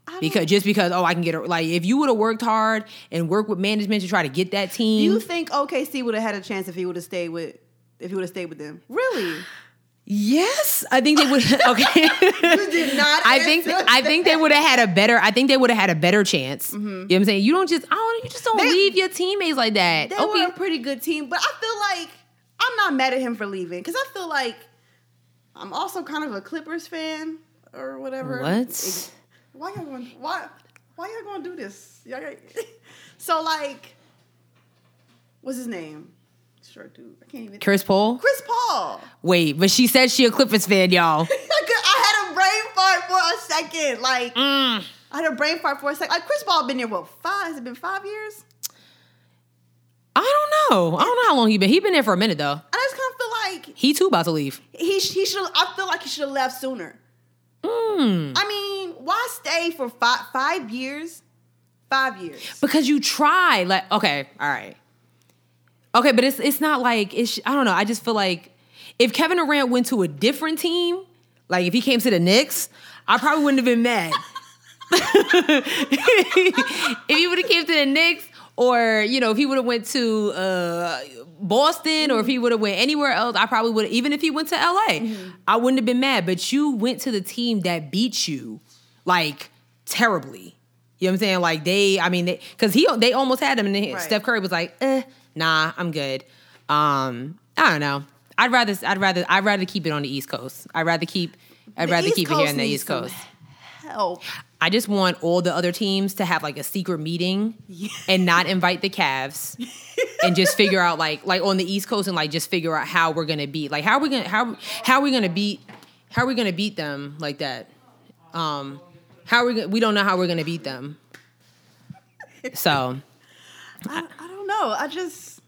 I
because
don't-
just because oh I can get a, like if you would have worked hard and worked with management to try to get that team.
you think OKC would have had a chance if he would have stayed with if he would have stayed with them. Really?
yes, I think they would.
<laughs>
okay.
You did not.
I think
answer
I think they would have had a better I think they would have had a better chance. You know what I'm saying? You don't just I don't you just don't
Mm-hmm. They-
leave your teammates like that.
they
okay.
were a pretty good team, but I feel like I'm not mad at him for leaving because I feel like I'm also kind of a Clippers fan or whatever.
What?
Why y'all going? Why? Why y'all going to do this? Y'all got, <laughs> so like, what's his name? Short dude. I can't even.
Chris Paul?
Chris Paul.
Wait, but she said she a Clippers fan, y'all.
I, could, I had a brain fart for a second. Like
Mm.
I had a brain fart for a second. Like Chris Paul been there what five? Has it been five years?
I don't know. I don't know how long he been. He been there for a minute though.
And I just kind of feel like
He too about to leave.
he sh- he should. I feel like he should have left sooner.
Mm.
I mean, why stay for five five years? Five years.
Because you try. Like, okay, all right. Okay, but it's it's not like it's I don't know. I just feel like if Kevin Durant went to a different team, like if he came to the Knicks, I probably wouldn't have been mad. if he would have came to the Knicks or, you know, if he would have went to uh, Boston or if
Mm-hmm.
he would have went anywhere else, I probably would have even if he went to LA, I wouldn't have been mad, but you went to the team that beat you like terribly. You know what I'm saying? Like they, I mean, they, cause he, they almost had him, and then
Right.
Steph Curry was like, eh, nah, I'm good. Um, I don't know. I'd rather, I'd rather, I'd rather keep it on the East Coast. I'd rather keep, I'd
The
rather
East
keep it here
Coast
on the
needs
East
some
Coast.
Help.
I just want all the other teams to have like a secret meeting
Yeah.
and not invite the Cavs and just figure out like like on the East Coast and like just figure out how we're gonna beat like how are we gonna how how are we gonna beat how are we gonna beat them like that. Um how are we gonna, we don't know how we're gonna beat them. So
I, I don't know. I just,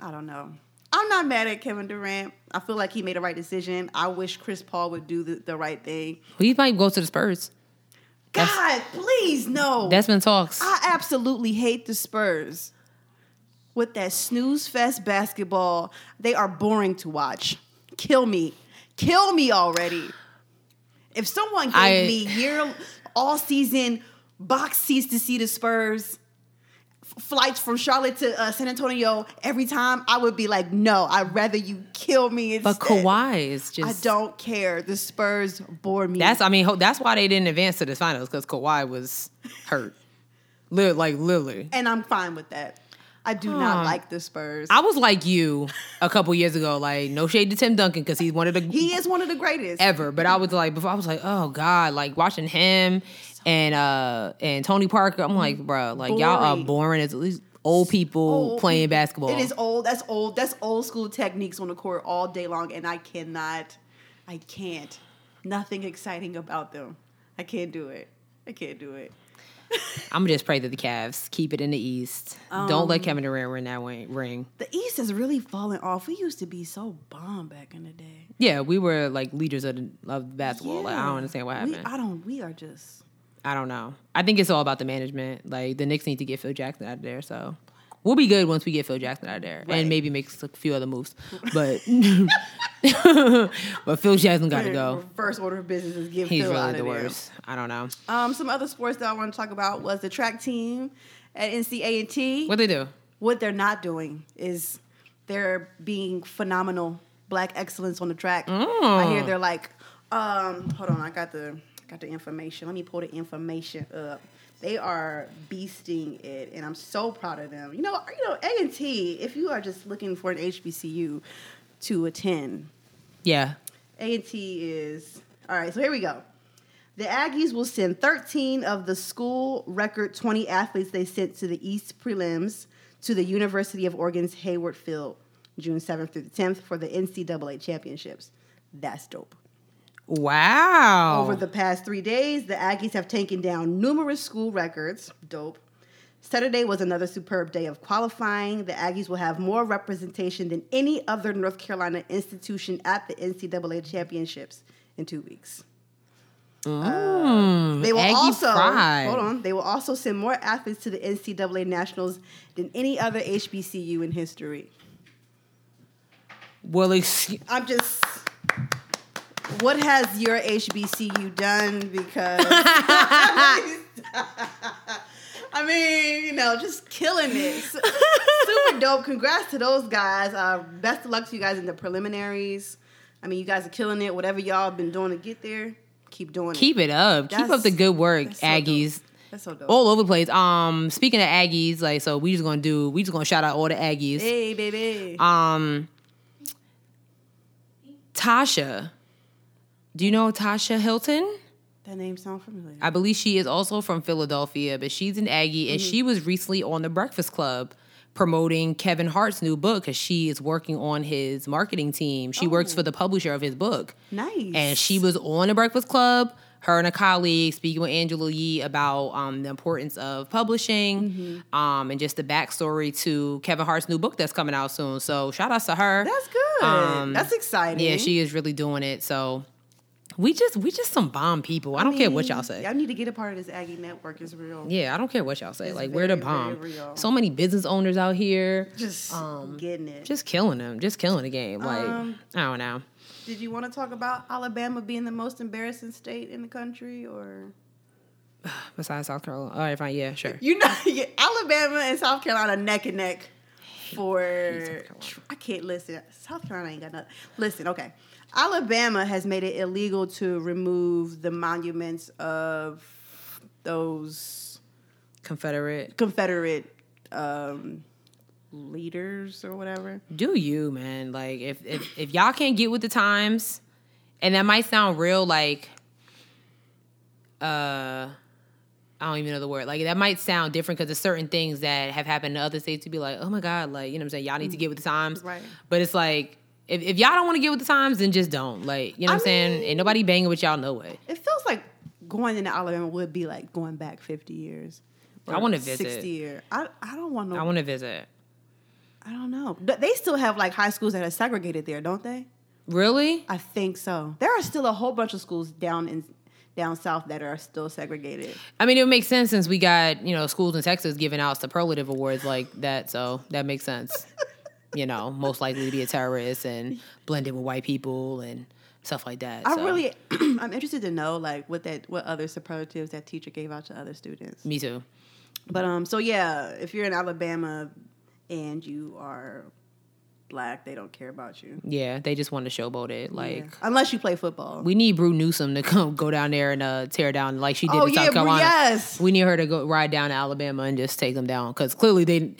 I don't know. I'm not mad at Kevin Durant. I feel like he made the right decision. I wish Chris Paul would do the, the right thing.
we might go to the Spurs.
God,
That's-
please no.
That's been talks.
I absolutely hate the Spurs. with that snooze fest basketball. They are boring to watch. Kill me. Kill me already. If someone gave
I-
me year all season box seats to see the Spurs, f- flights from Charlotte to uh, San Antonio every time, I would be like, no, I'd rather you kill me instead.
But Kawhi is just.
I don't care. The Spurs bore me.
That's I mean ho- that's why they didn't advance to the finals because Kawhi was hurt, Li- like literally.
and I'm fine with that. I do
Huh.
not like the Spurs.
I was like you a couple years ago, like no shade to Tim Duncan because he's one of the
he is one of the greatest.
ever. But I was like before I was like, oh god, like watching him and uh and Tony Parker. I'm like, bruh, like y'all are
Boring.
boring as these old people
Old
playing
people.
basketball.
It is old. That's old. That's old school techniques on the court all day long, and I cannot. I can't. Nothing exciting about them. I can't do it. I can't do it.
I'm just pray that the Cavs keep it in the East. Don't
Um,
let Kevin Durant win that wing- ring.
The East has really fallen off. We used to be so bomb back in the day.
Yeah, we were like leaders of the, of basketball. Like, I
Yeah.
don't understand what
We-
happened.
I don't. We are just.
I don't know. I think it's all about the management. Like the Knicks need to get Phil Jackson out of there. So we'll be good once we get Phil Jackson out of there,
Right.
and maybe make s- a few other
<laughs>
moves. But <laughs> but Phil Jackson got to go.
First order of business is get
He's
Phil out
really
of
the
there.
worst. I don't know
Um, some other sports that I want to talk about was the track team at NCAA and T.
what they do.
what they're not doing is they're being phenomenal black excellence on the track. I hear they're like, um, hold on, I got the got the information. Let me pull the information up. They are beasting it, and I'm so proud of them. You know, you know, A and T. If you are just looking for an HBCU to attend,
Yeah,
A&T is all right. So here we go. The Aggies will send 13 of the school record 20 athletes they sent to the East prelims to the University of Oregon's Hayward Field, June 7th through the 10th for the NCAA championships. That's dope.
wow.
Over the past three days, the Aggies have taken down numerous school records. Dope. Saturday was another superb day of qualifying. The Aggies will have more representation than any other North Carolina institution at the NCAA championships in two weeks.
Mm,
They will
Aggie
also
pride.
hold on. They will also send more athletes to the NCAA nationals than any other HBCU in history.
Well, excuse,
I'm just. What has your HBCU done? Because <laughs> I mean, you know, just killing it. Su- Super dope. Congrats to those guys. Uh, best of luck to you guys in the preliminaries. I mean, you guys are killing it. Whatever y'all been doing to get there, keep doing it.
keep it up. keep up
That's-
the good work,
that's so dope.
Aggies.
That's so dope.
all over the place. Um, speaking of Aggies, like so, we just gonna do. We just gonna shout out all the Aggies.
Hey, baby.
Um, Tasha. Do you know Tasha Hilton?
that name sound familiar.
I believe she is also from Philadelphia, but she's an Aggie, and she was recently on the Breakfast Club promoting Kevin Hart's new book because she is working on his marketing team. She works for the publisher of his book.
nice.
And she was on the Breakfast Club, her and a colleague speaking with Angela Yee about um, the importance of publishing um, and just the backstory to Kevin Hart's new book that's coming out soon. So shout outs to her.
That's good.
Um,
That's exciting.
yeah, she is really doing it. So we just we just some bomb people. I, don't care what y'all say.
I need to get a part of this Aggie network. It's real.
yeah, I don't care what y'all say.
It's
Like we're the
very, very
bomb.
real.
So many business owners out here
Just getting it.
just killing them, just killing the game. Like
Um,
I don't know.
Did you want to talk about Alabama being the most embarrassing state in the country, or
Besides South Carolina. All right, fine. Yeah, sure.
you know, <laughs> yeah, Alabama and South Carolina neck and neck for?
hate South Carolina.
I can't listen. South Carolina ain't got nothing. Listen, okay. Alabama has made it illegal to remove the monuments of those
Confederate.
Confederate um, leaders or whatever.
do you man like if, if if y'all can't get with the times and that might sound real like uh I don't even know the word. Like that might sound different because there's certain things that have happened in other states to be like, oh my god, like you know what I'm saying. Y'all need to get with the times,
Mm. Right.
But it's like if, if y'all don't want to get with the times, then just don't. Like you know what I am
I
saying.
mean-
Ain't nobody banging with y'all no way.
It feels like going into Alabama would be like going back 50 years.
I wanna
Or
visit.
60 year. I, I don't want to.
I want to visit.
I don't know. Th- They still have like high schools that are segregated there, don't they?
Really?
I think so. There are still a whole bunch of schools down in down south that are still segregated.
I mean, it would make sense since we got you know schools in Texas giving out superlative awards like that, so that makes sense. you know, most likely to be a terrorist and blend in with white people and stuff like that.
I
so.
really, <clears throat> I'm interested to know like what that, what other superlatives that teacher gave out to other students.
me too.
But um, so yeah, if you're in Alabama and you are black, they don't care about you.
Yeah, they just want to showboat it.
Yeah.
Like
unless you play football.
we need Bru Newsom to <laughs> come go down there and uh, tear down like she did
oh
in
yeah,
South
Bru-
Carolina.
yes.
We need her to go ride down to Alabama and just take them down because clearly they.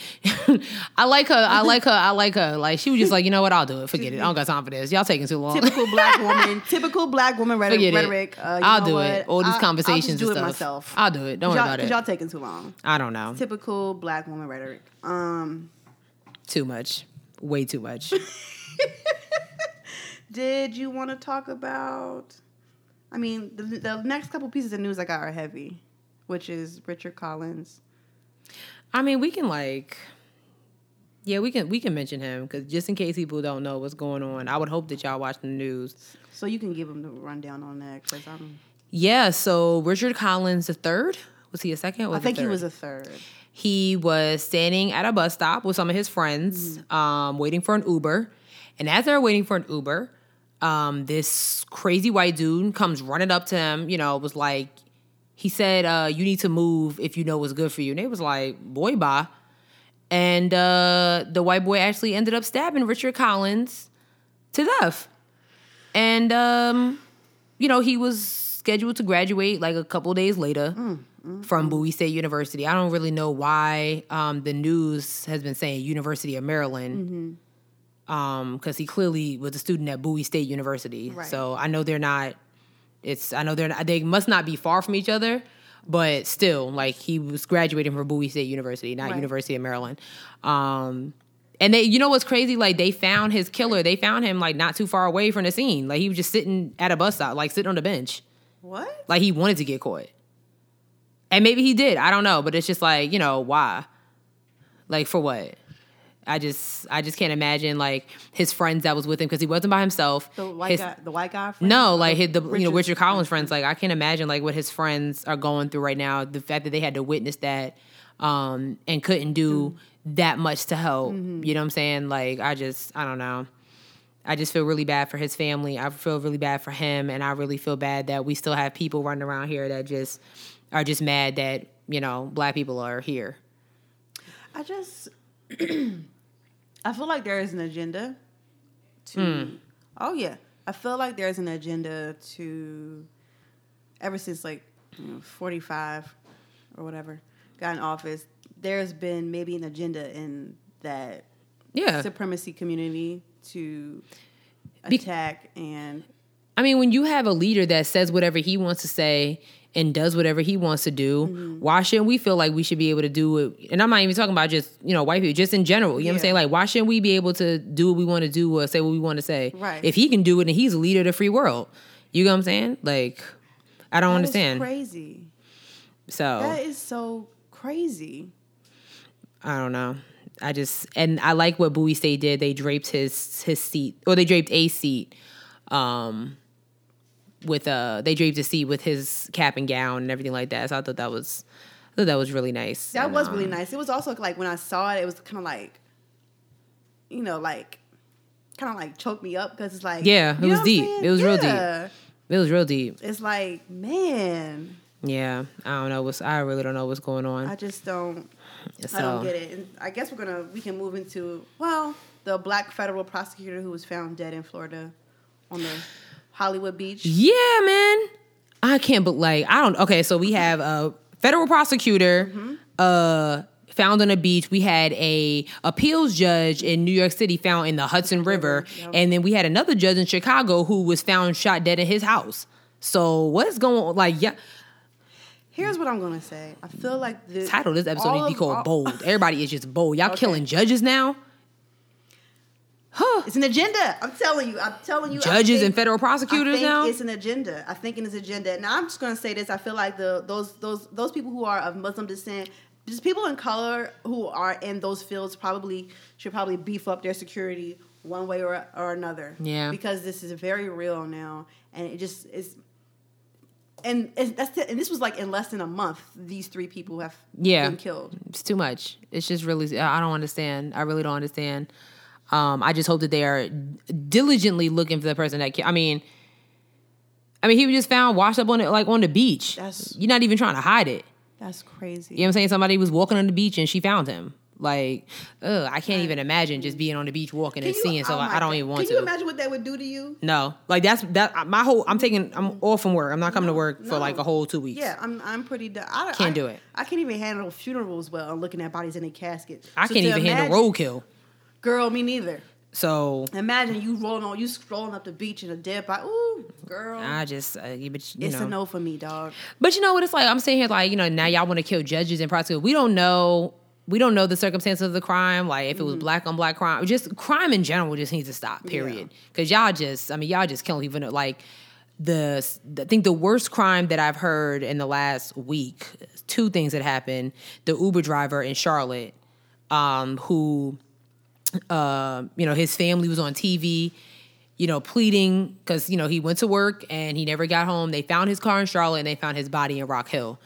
<laughs> I like her. I like her. I like her. Like she was just like, you know what? I'll do it. Forget it. I don't got time for this. Y'all taking too long.
typical black
<laughs>
woman, typical black woman rhetoric.
Forget
rhetoric
it.
Uh, you
I'll
know
do
what?
it. All these
I'll-
conversations
I'll just do
and
it
stuff.
myself.
I'll do it. Don't
Y'all,
worry about
'cause
it.
y'all taking too long.
I don't know.
Typical black woman rhetoric. Um,
Too much. Way too much. <laughs>
did you want to talk about? I mean, the, the next couple pieces of news I got are heavy, which is Richard Collins.
I mean, we can like, yeah, we can we can mention him because just in case people don't know what's going on, I would hope that y'all watch the news.
So you can give him the rundown on that because I'm.
Yeah. So Richard Collins the third was he a second?
I think he was
A-
a third.
he was standing at a bus stop with some of his friends,
Mm.
um, waiting for an Uber, and as they're waiting for an Uber, um, this crazy white dude comes running up to him. You know, was like, he said, uh, "You need to move if you know what's good for you." And they was like, "Boy, bye." and uh, the white boy actually ended up stabbing Richard Collins to death. And um, you know he was scheduled to graduate like a couple days later from Bowie State University. I don't really know why um, the news has been saying University of Maryland because he clearly was a student at Bowie State University.
Right.
So I know they're not. It's I know they're not, they must not be far from each other. But still, like he was graduating from Bowie State University, not
Right.
University of Maryland. Um, and they, you know what's crazy? Like they found his killer. They found him like not too far away from the scene. Like he was just sitting at a bus stop, like sitting on the bench.
What?
Like he wanted to get caught. And maybe he did. I don't know. But it's just like, you know, why? Like for what? I just I just can't imagine like his friends that was with him because he wasn't by himself.
The white
His-
guy. The white guy. friend?
no, like his, the you know
Richard's-
Richard Collins friends. Like I can't imagine like what his friends are going through right now. The fact that they had to witness that um, and couldn't do that much to help. You know what I'm saying? Like I just I don't know. I just feel really bad for his family. I feel really bad for him, and I really feel bad that we still have people running around here that just are just mad that you know black people are here.
I just <clears throat> I feel like there is an agenda to
Hmm.
Oh yeah. I feel like there's an agenda to ever since like you know, 45 or whatever got in office, there's been maybe an agenda in that
Yeah,
supremacy community to
Uh. Be-
attack and
I mean, when you have a leader that says whatever he wants to say and does whatever he wants to do,
Mm-hmm.
why shouldn't we feel like we should be able to do it? And I'm not even talking about just, you know, white people, just in general. You know what
Yeah.
I'm saying? Like, why shouldn't we be able to do what we want to do or say what we want to say?
Right.
If he can do it and he's a leader of the free world. You know what I'm saying? Like, I don't
That is
understand. Oh.
crazy.
So
That is so crazy.
I don't know. I just and I like what Bowie State did. They draped his his seat or they draped a seat um with uh they draped a seat with his cap and gown and everything like that. So I thought that was I thought that was really nice.
That
And,
was
um,
really nice. It was also like when I saw it, it was kind of like, you know, like kind of like choked me up because it's like
Yeah, it
you
was
what I'm
deep.
saying?
It was real deep.
Yeah.
It was real deep.
It's like man,
Yeah. I don't know what's I really don't know what's going on.
I just don't,
so
I don't get it. And I guess we're gonna we can move into well the black federal prosecutor who was found dead in Florida on the Hollywood beach.
Yeah, man. I can't but like I don't okay, so we have a federal prosecutor uh found on a beach. We had a appeals judge in New York City found in the Hudson River,
yeah.
and then we had another judge in Chicago who was found shot dead in his house. So what's going on? Like yeah,
Here's what I'm gonna say. I feel like the
title of this episode
all
needs to be
of-
called
all- <laughs>
bold. Everybody is just bold. Y'all
Um, uh, Okay.
killing judges now? Huh.
It's an agenda. I'm telling you. I'm telling you. I
Judges
think-
and federal
I
prosecutors
think
now?
It's an agenda. I think it is agenda. Now I'm just gonna say this. I feel like the those those those people who are of Muslim descent, just people in color who are in those fields probably should probably beef up their security one way or, or another.
Yeah.
Because this is very real now and it just is and and that's the, and this was like in less than a month. These three people have
Yeah.
been killed.
It's too much. It's just really. I don't understand. I really don't understand. Um, I just hope that they are diligently looking for the person that. ki- I mean, I mean, he was just found washed up on it, like on the beach.
That's-
You're not even trying to hide it.
That's crazy.
You know what I'm saying? Somebody was walking on the beach and she found him. Like, ugh, I can't even imagine just being on the beach walking
Can
and
you-
seeing. So
oh my
I, I don't
God.
even want
Can
to.
you imagine what that would do to you?
no, like that's that. My whole. I'm taking. I'm off from work. I'm not coming to work for
Mm-hmm. no.
like a whole two weeks.
Yeah, I'm. I'm pretty. d I
Can't
I-
do it.
I can't even handle funerals well. and looking at bodies in a casket.
I
So
can't
to
even handle
imagine-
roadkill.
Girl, me neither.
So
Imagine you rolling on, you scrolling up the beach in a dead body. Ooh, girl,
I just. Uh, but you
it's
know.
a no for me, dog.
But you know what it's like? I'm sitting here like, you know, now y'all want to kill judges and prosecutors. We don't know. We don't know the circumstances of the crime, like if it was black on black crime, just crime in general just needs to stop. Period. Because y'all just, I mean, y'all just killing people. Like the, I think the worst crime that I've heard in the last week, two things that happened: the Uber driver in Charlotte, um, who um, you know, his family was on TV, you know, pleading because, you know, he went to work and he never got home. They found his car in Charlotte and they found his body in Rock Hill,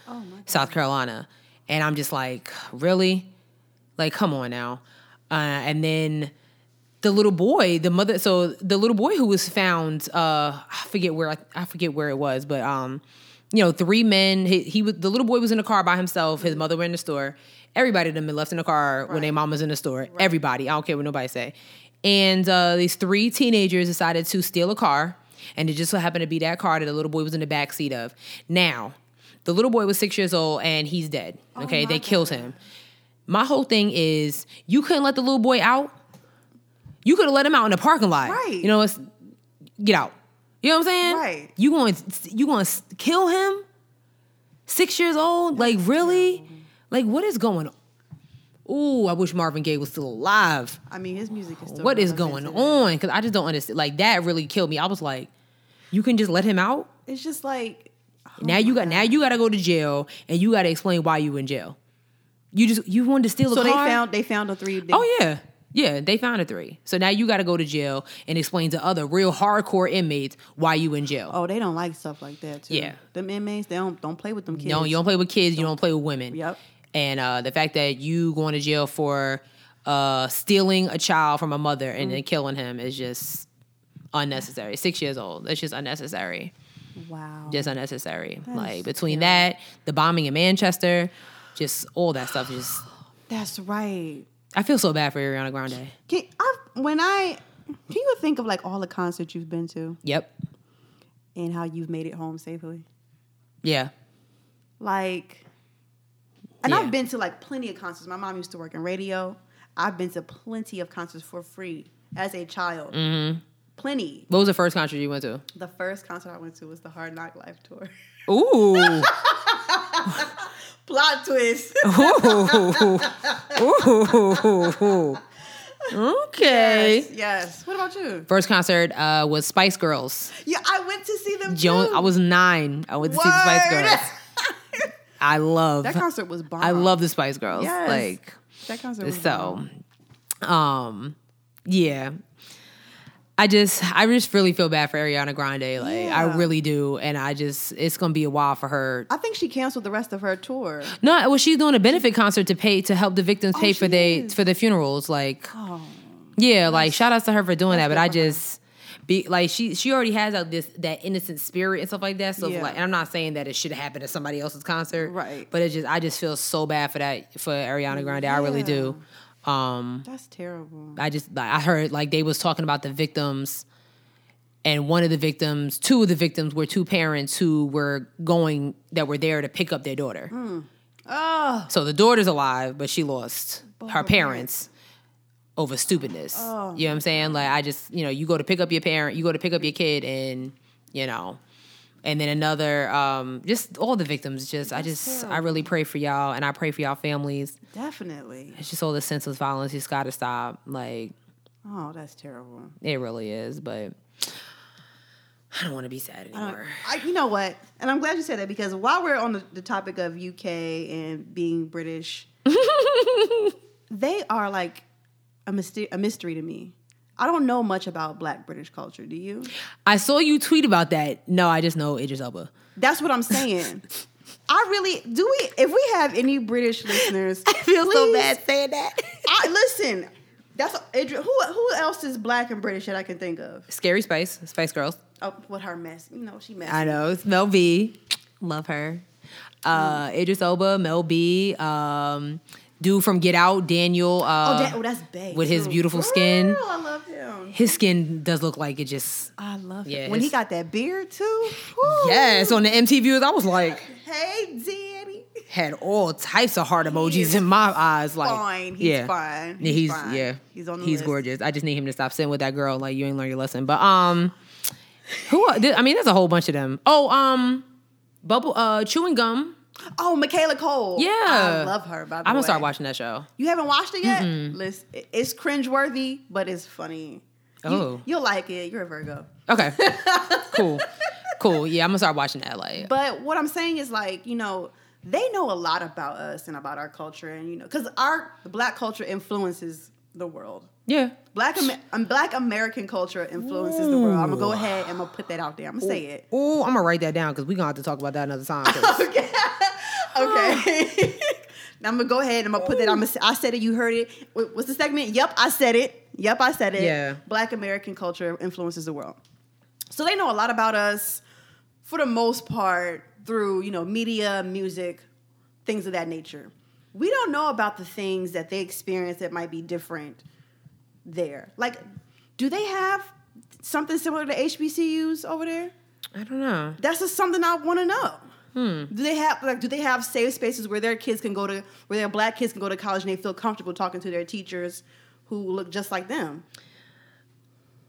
South Carolina. And I'm just like, really? Like, come on now. Uh, and then the little boy, the mother, so the little boy who was found, uh, I forget where, I forget where it was, but, um, you know, three men, he, he was, the little boy was in the car by himself. His mother went in the store. Everybody them been left in the car when their mama's in the store. Everybody. I don't care what nobody say. And, uh, these three teenagers decided to steal a car. And it just so happened to be that car that the little boy was in the back seat of. Now, the little boy was six years old and he's dead. Okay. they killed him. My whole thing is you couldn't let the little boy out. You could have let him out in the parking lot.
Right.
You know, it's get out. You know what I'm saying?
Right.
You going to you going to kill him? 6 years old? Like really? Like what is going on? Ooh, I wish Marvin Gaye was still alive.
I mean, his music is still.
What is going
relevant today.
on? Cuz I just don't understand. Like that really killed me. I was like, you can just let him out?
It's just like
now you got now you got to go to jail and you got to explain why you in jail. You just you wanted to steal
so
a
they
car.
found they found the three. They,
Oh yeah. Yeah, they found a three. So now you got to go to jail and explain to other real hardcore inmates why you in jail.
oh, they don't like stuff like that. Too.
Yeah.
them inmates they don't don't play with them kids.
No, you don't play with kids. You don't play with women.
Yep.
And uh, the fact that you going to jail for uh, stealing a child from a mother
Mm-hmm.
and then killing him is just unnecessary. Six years old. That's just unnecessary.
Wow.
Just unnecessary. like
is
between that, the bombing in Manchester, just all that stuff. Just
That's right.
I feel so bad for Ariana Grande.
Can I, when I can you think of like all the concerts you've been to
Yep.
and how you've made it home safely?
Yeah.
Like, and
Yeah.
I've been to like plenty of concerts. My mom used to work in radio. I've been to plenty of concerts for free as a child.
Mm-hmm.
Plenty.
What was the first concert you went to?
The first concert I went to was the Hard Knock Life tour. <laughs>
Ooh.
Plot twist.
Ooh. Ooh. Okay.
yes, yes. What about you?
First concert uh, was Spice Girls.
Yeah, I went to see them.
Joan,
too. <gasps>
I was nine. I went to see the Spice Girls.
Word.
I love,
<laughs> that concert was bomb.
I love the Spice Girls.
Yes.
Like
that concert. Was bomb.
so, um, yeah. I just, I just really feel bad for Ariana Grande. Like I
Yeah.
really do, and I just, it's gonna be a while for her.
I think she canceled the rest of her
<laughs>
tour.
No, well, she's doing a benefit concert to pay to help the victims pay for
Oh, she
they
is.
for the funerals. Like
Oh,
Yeah, like shout outs to her for doing that. But I
good for her.
just be like she she already has out this that innocent spirit and stuff like that. So
Yeah.
like and I'm not saying that it should happen at somebody else's concert.
Right.
But it just I just feel so bad for that for Ariana Grande. I really do. Um
that's terrible.
I just like I heard like they was talking about the victims and one of the victims, two of the victims were two parents who were going that were there to pick up their daughter.
Oh,
So the daughter's alive, but she lost her parents over stupidness. you know what I'm saying? Like I just, you know, you go to pick up your parent, you go to pick up your kid and, you know, and then another um just all the victims just I just I really pray for y'all and I pray for y'all families.
definitely.
It's just all the senseless violence just got to stop. Like
Oh, that's terrible.
it really is, but I don't want to be sad anymore.
I, you know what? And I'm glad you said that because while we're on the, the topic of UK and
<laughs>
being British, they are like a, myste- a mystery to me. I don't know much about Black British culture. Do you?
I saw you tweet about that. No, I just know Idris Elba.
That's what
<laughs>
I'm saying. I really do. We if we have any
<laughs>
British listeners, I
feel so bad saying <laughs> that.
I listen. That's Adrian. Who who else is black and British that I can think of?
Scary Spice, Spice Girls.
Oh, with her mess. You know she messy.
I know it's Mel B. Love her. Uh, Idris Elba, Mel B. Um, dude from Get Out, Daniel. Uh,
oh, that, oh, that's bae.
with his
too.
beautiful skin.
Girl, I love him.
His skin does look like it just.
I love him.
Yeah,
when he
his-
got that beard too. Woo.
Yes, on the MTV, I was like,
Hey, daddy.
had all types of heart emojis
is
in my eyes. Like,
fine. He's fine.
Yeah,
He's
he's
fine.
yeah.
He's on the
He's
list.
gorgeous. I just need him to stop sitting with that girl. Like, you ain't learned your lesson. But um, who? are- I mean, there's a whole bunch of them. Oh, um, bubble, uh, chewing gum.
Oh, Michaela Cole.
Yeah,
I love her. By the
I'm
way.
gonna start watching that show.
You haven't watched it yet. Listen, it- it's cringeworthy, but it's funny. You-
Oh.
you'll like it. You're a Virgo.
Okay, cool, cool. Yeah, I'm gonna start watching that. Like,
But what I'm saying is like, you know, they know a lot about us and about our culture and you know, cuz our black culture influences the world.
yeah,
Black Amer- um, black American culture influences the world. I'm going to go ahead and I'm going to put that out there. I'm going to say it.
Oh, I'm gonna write that down because we're gonna have to talk about that another
<laughs>
time. 'cause-
Okay. okay. <laughs> I'm gonna go ahead. I'm gonna put that. I'm. Gonna, I said it. You heard it. Wait, What's the segment? Yep, I said it. Yep, I said it.
Yeah.
Black American culture influences the world, so they know a lot about us, for the most part, through you know media, music, things of that nature. We don't know about the things that they experience that might be different there. Like, do they have something similar to HBCUs over there?
I don't know.
that's just something I want to know. Do they have like do they have safe spaces where their kids can go to where their black kids can go to college and they feel comfortable talking to their teachers who look just like them?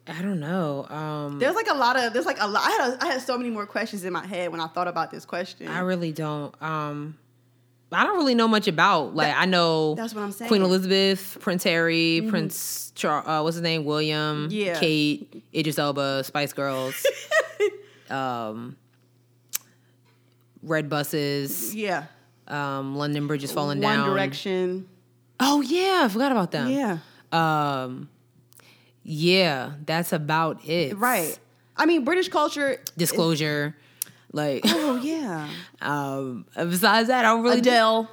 I don't know. Um,
There's like a lot of there's like a lot. I had, a, I had so many more questions in my head when I thought about this question.
I really don't. Um, I don't really know much about. Like, I know
that's what I'm saying. Mm-hmm.
Queen Elizabeth, Prince Harry, Prince Char- uh, what's his name, William,
Yeah.
Kate, Idris Elba, Spice
<laughs>
Girls, um, Red Buses,
yeah,
um, London Bridge is falling
One
down.
Direction.
Oh yeah, I forgot about them.
Yeah,
Um, yeah, that's about it.
right. I mean, British culture.
Disclosure, like.
Oh yeah,
Um, besides that, I don't really.
Adele.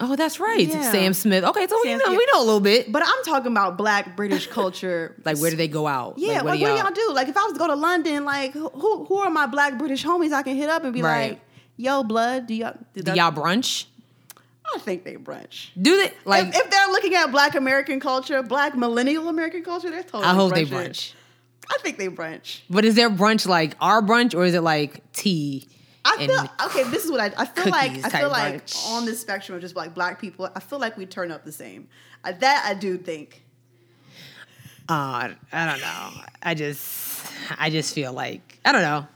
Oh, that's right,
Yeah.
Sam Smith. Okay, so we
Sam
know
Smith.
we know a little bit.
But I'm talking about Black British culture.
Like, where do they go out?
Yeah, like, what, do y'all, do? Like, if I was to go to London, like, who who are my black British homies I can hit up and be
Right.
like, yo, blood, do y'all, do
Do
that-
y'all brunch?
I think they brunch.
Do they like?
if, if they're looking at black American culture, black millennial American culture, they're totally
I hope they
brunching.
brunch.
I think they brunch.
But is their brunch like our brunch or is it like tea?
I
and-
feel okay. This is what I, I feel like.
cookies
I
type
feel like
brunch.
on the spectrum of just like black people, I feel like we turn up the same. I, that I do think.
Uh, I don't know. I just, I just feel like I don't know.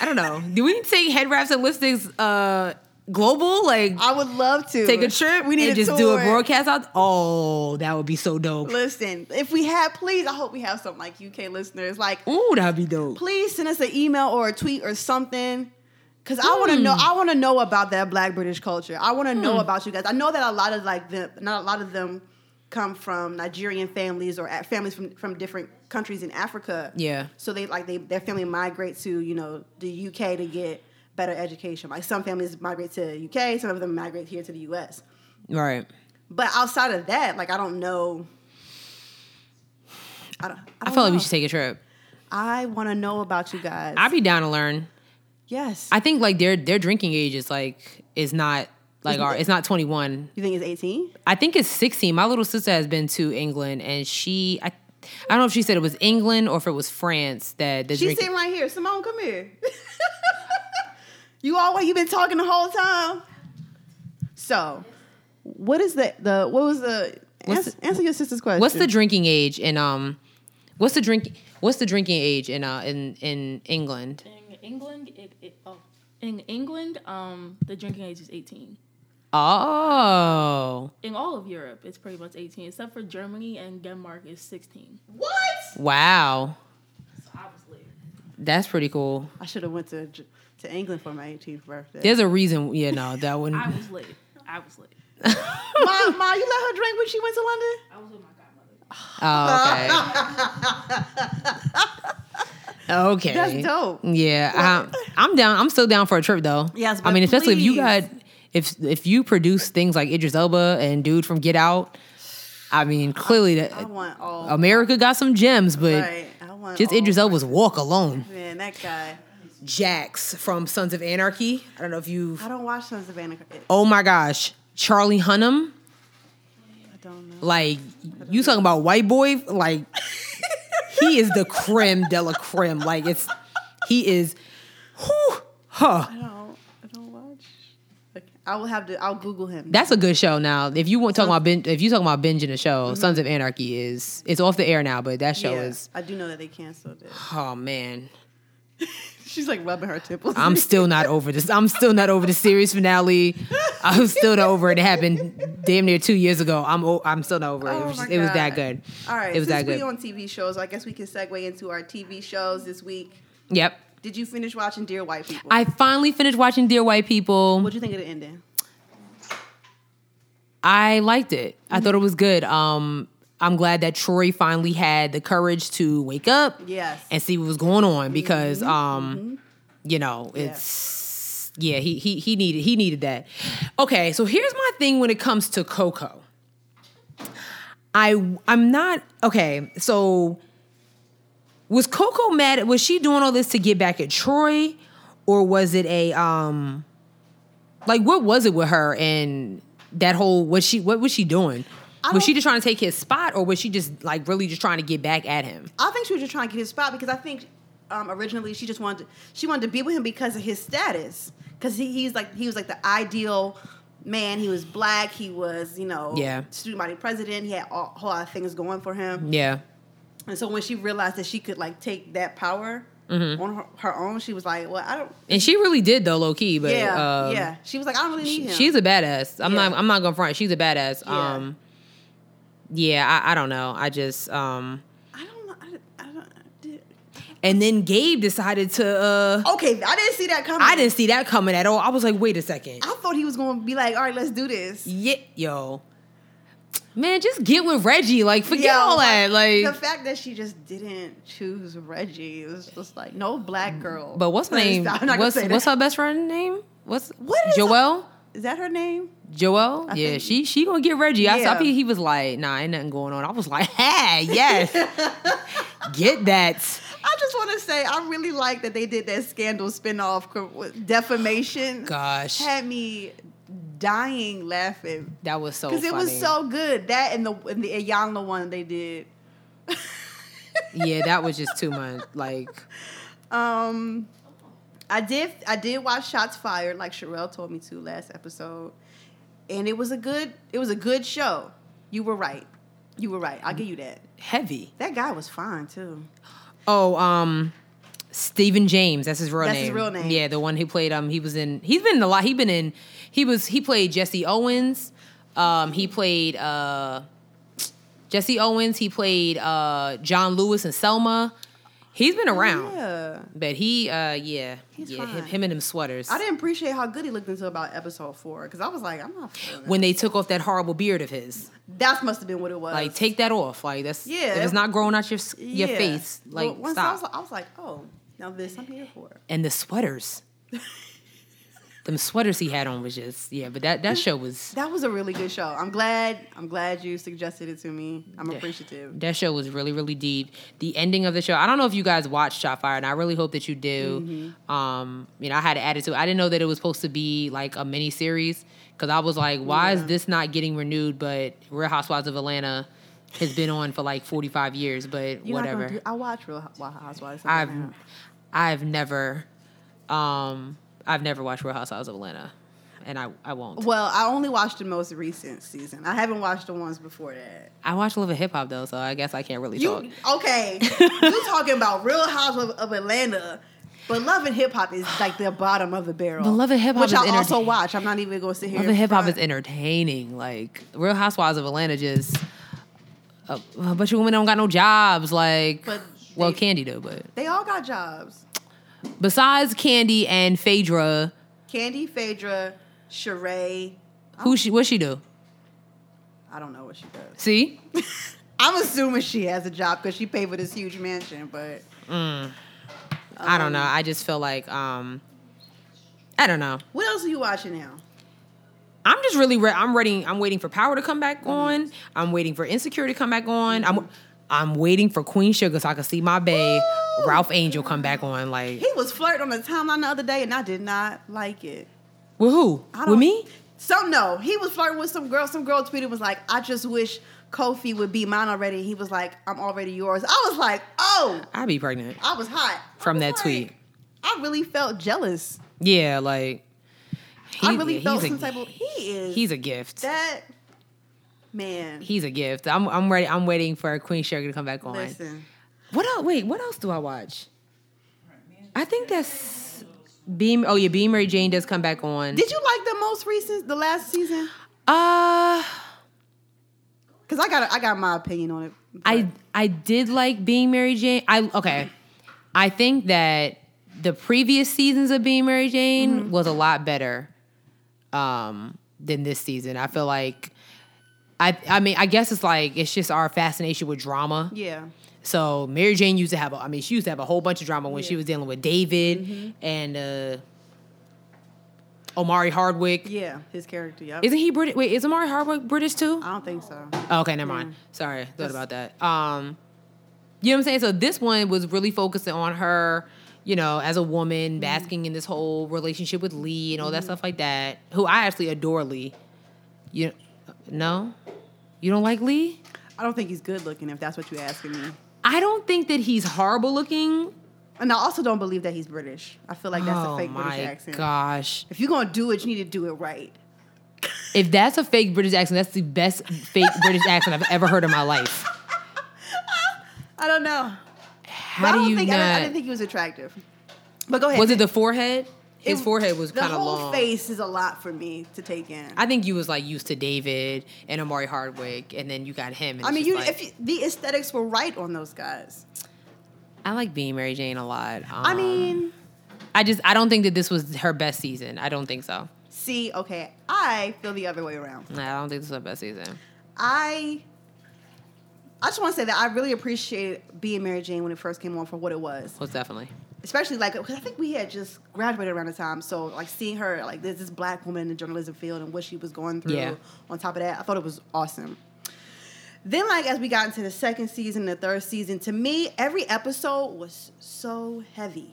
I don't know. Do we need to take head wraps and lipsticks uh, global? Like
I would love to
take a trip.
We need
and
to
just do a
tour.
broadcast out. Oh, that would be so dope.
Listen, if we had, please, I hope we have something like UK listeners. Like,
Ooh, that'd be dope.
please send us an email or a tweet or something. Cause I want to
Hmm.
know, I want to know about that Black British culture. I want to know about you guys. I know that a lot of like the, not a lot of them come from Nigerian families or a- families from from different countries in Africa.
Yeah.
So they like they their family migrate to you know the UK to get better education. Like some families migrate to UK, some of them migrate here to the US.
Right.
But outside of that, like I don't know. I don't. I,
I
don't
feel like
know.
we should take a trip.
I want to know about you guys.
I'd be down to learn.
yes.
I think like their their drinking age is like is not like our it's not 21.
You think it's 18?
I think it's 16. My little sister has been to England and she I, I don't know if she said it was England or if it was France that the
She's
drinking
sitting right here. Simone, come here. <laughs> you all you been talking the whole time. So, what is the the what was the
What's
ans- answer your sister's question?
What's the drinking age in um what's the drink what's the drinking age in uh in in England?
In England, it, it oh, in England, um, the drinking age is 18.
Oh.
In all of Europe, it's pretty much 18, except for Germany and Denmark is 16.
what?
Wow.
So I was late.
That's pretty cool.
I should have went to J- to England for my 18th birthday.
There's a reason yeah, no, that
I
wouldn't
was late. I was late.
Mom, Mom, you let her drink when she went to London?
I was with my godmother.
Oh, okay. Okay,
That's dope.
Mm. Yeah, I, I'm down. I'm still down for a trip though.
Yes,
I
but
mean, especially if you
please.
got if if you produce things like Idris Elba and dude from Get Out. I mean, clearly that
I want all.
America got some gems, but
Oh, right. Oh, I want
just
all,
Idris Elba's Walk Alone.
Man, that guy.
Jax from Sons of Anarchy. I don't know if you.
I don't watch Sons of Anarchy.
Oh my gosh, Charlie Hunnam.
I don't know.
Like you talking about white boy? Like he is the creme de la creme. Like it's he is. Whew, huh.
I don't. I don't watch. Like, I will have to. I'll Google him.
That's a good show. Now, if you want talking about ben, if you talking about binging a show, Sons of Anarchy is it's off the air now, but that show
Mm-hmm. Yeah,
is.
I do know that they canceled it. <laughs>
Oh man,
She's like rubbing her temples.
I'm still not over this. I'm still not over the series finale. I'm still not over it. It happened damn near two years ago. I'm o- I'm still not over it.
<laughs> Oh
it, was,
my
just- it was that
God.
good.
All right.
it was
since
that good.
we on TV shows, I guess we can segue into our TV shows this week.
yep.
Did you finish watching Dear White People?
I finally finished watching Dear White People.
What'd you think of the ending?
I liked it. I thought it was good. Um, I'm glad that Troy finally had the courage to wake up.
Yes.
and see what was going on because um you know it's yeah he he he needed he needed that okay so here's my thing when it comes to coco i i'm not okay so was coco mad at was she doing all this to get back at troy or was it a um like what was it with her and that whole was she what was she doing was she
don't-
just trying to take his spot or was she just like really just trying to get back at him
I think she was just trying to get his spot because I think um, originally she just wanted to, she wanted to be with him because of his status because he, he's like he was like the ideal man. He was black. He was you know
Yeah.
student body president. He had a whole lot of things going for him.
yeah Mm-hmm.
And so when she realized that she could like take that power
Mm-hmm.
on her, her own, she was like, "Well, I don't."
And she really did though, low key. But
Yeah,
um,
yeah. She was like, "I don't really need him."
she's a badass. I'm
Yeah.
not. I'm not gonna front. She's a badass.
Yeah.
Um, yeah. I, I don't know. I just. um
I don't know. I, don't- I don't. I did-
And then Gabe decided to. uh
Okay, I didn't see that coming.
I didn't see that coming at all. I was like, wait a second.
I thought he was going to be like, "All right, let's do this."
Yeah, yo. Man, just get with Reggie. Like, forget
Yeah,
all that. Like,
the fact that she just didn't choose Reggie it was just like no black girl.
Mm, but what's her
Please,
name?
<laughs> I'm not gonna
What's
say
what's
that.
her best friend name? What's
What is her-
Joelle?
Is that her name?
Joel, yeah,
think-
she she gonna get Reggie. I, saw, I
Yeah.
think he was like, nah, ain't nothing going on. I was like, hey,
<laughs>
yes, get that.
I just want to say I really like that they did that scandal spinoff co- with
<sighs>
defamation.
Gosh,
had me dying laughing
that was so.
because
Oh, Funny.
it was so good. That and the and the Ayanla one they did.
Yeah, that was just too much. Like,
Um, I did I did watch Shots Fired like Sherelle told me to last episode, and it was a good it was a good show. You were right. You were right. I'll give you that.
heavy.
That guy was fine too.
Oh, um, Stephen James. That's his real
That's
name.
his real name.
Yeah, the one who played um. He was in. He's been in a lot. He been in. He was. He played Jesse Owens. Um, he played uh, Jesse Owens. He played uh John Lewis and Selma. He's been around.
Yeah.
But he, uh, yeah,
He's
yeah, him,
fine.
him and them sweaters.
I didn't appreciate how good he looked until about episode four because I was like, I'm not. feeling
when they took off that horrible beard of his,
it. That must have been what it was.
like take that off, like that's if
Yeah.
it's not growing out your s your
Yeah.
face, like
Well, once I
stop.
was, I was like, oh, now this I'm here for.
and the
<laughs>
sweaters, them sweaters he had on was just yeah. But that that show was
That was a really good show. I'm glad. I'm glad you suggested it to me. I'm appreciative.
that show was really really deep. The ending of the show, I don't know if you guys watched Shotfire, and I really hope that you do. Um, you know, I had an attitude. I didn't know that it was supposed to be like a mini series because I was like, why is this not getting renewed? But Real Housewives of Atlanta. Has been on for like forty five years, but
You're not gonna
whatever.
do- I watch Real Housewives. of
I've
Atlanta.
I've never um I've never watched Real Housewives of Atlanta and I, I won't.
Well, I only watched the most recent season. I haven't watched the ones before that.
I watch Love and Hip Hop though, so I guess I can't really talk.
You
<laughs>
okay? you talking about Real Housewives of, of Atlanta, but Love and Hip Hop is like the bottom of the barrel.
But Love and Hip Hop
which
is
I also
entertaining.
watch. I'm not even going to sit here.
Love and Hip Hop is
front.
entertaining. Like Real Housewives of Atlanta just a, a bunch of women don't got no jobs like
But
well
they-
Candy do, but
They all got jobs.
besides Candy and Phaedra,
Candy, Phaedra, Sheree.
who she what she do?
I don't know what she does.
See?
I'm assuming she has a job because she paid for this huge mansion, but
I don't know. I just feel like um, I don't know.
What else are you watching now?
I'm just really re- I'm ready. I'm waiting for Power to come back on. I'm waiting for Insecure to come back on. I'm I'm waiting for Queen Sugar so I can see my bae
Woo!
Ralph Angel come back on. Like
He was flirting on the timeline the other day, and I did not like it.
with who?
I don't,
With me?
So no, he was flirting with some girl. Some girl tweeted was like, "I just wish Kofi would be mine already." He was like, "I'm already yours." I was like, "Oh,
I'd be pregnant
I was hot
from
I
that
was like,
tweet.
I really felt jealous.
Yeah, like
I
he-
really
he's
felt
a-
some type of. He is.
He's a gift.
that man.
he's a gift. I'm I'm ready. I'm waiting for Queen Sugar to come back on.
listen,
What else? Wait, what else do I watch? I think that's Beam. Oh yeah, Beam Mary Jane does come back on.
did you like the most recent, the last season?
Uh
Because I got, I got my opinion on it.
I I did like being Mary Jane. I okay. I think that the previous seasons of being Mary Jane was a lot better um than this season. I feel like I I mean I guess it's like it's just our fascination with drama.
yeah,
So Mary Jane used to have a, I mean she used to have a whole bunch of drama when she was dealing with David and uh Omari Hardwick.
yeah, his character. Yeah,
Isn't he British? Wait, is Omari Hardwick British too?
I don't think so.
Oh, okay, never mind. Sorry, thought about that. Um, you know what I'm saying? So this one was really focusing on her, you know, as a
Mm-hmm.
woman basking in this whole relationship with Lee and all that stuff like that. Who I actually adore Lee. You no, you don't like Lee?
I don't think he's good looking. If that's what you're asking me.
I don't think that he's horrible looking.
And I also don't believe that he's British. I feel like that's
oh
a fake
my
British accent.
gosh!
If you're gonna do it, you need to do it right.
If that's a fake British accent, that's the best
<laughs>
fake British accent I've ever heard in my life.
I don't know. But
How
I
do
don't
you
think
not?
I, didn't, I didn't think he was attractive. But go ahead.
was it the forehead? His
It-
forehead was
the
kind of
whole
long.
face is a lot for me to take in. I,
I think you was like used to David and Amari Hardwick, and then you got him. And
mean, you, if you, the aesthetics were right on those guys.
I like being Mary Jane a lot.
I
Um,
mean,
I just I don't think that this was her best season. I don't think so.
see, okay, I feel the other way around.
I don't think this was her best season.
I I just want to say that I really appreciate being Mary Jane when it first came on for what it was.
Most definitely.
especially like because I think we had just graduated around the time, so like seeing her like there's this black woman in the journalism field and what she was going through.
Yeah.
On top of that, I thought it was awesome. Then like as we got into the second season, the third season, to me every episode was so heavy.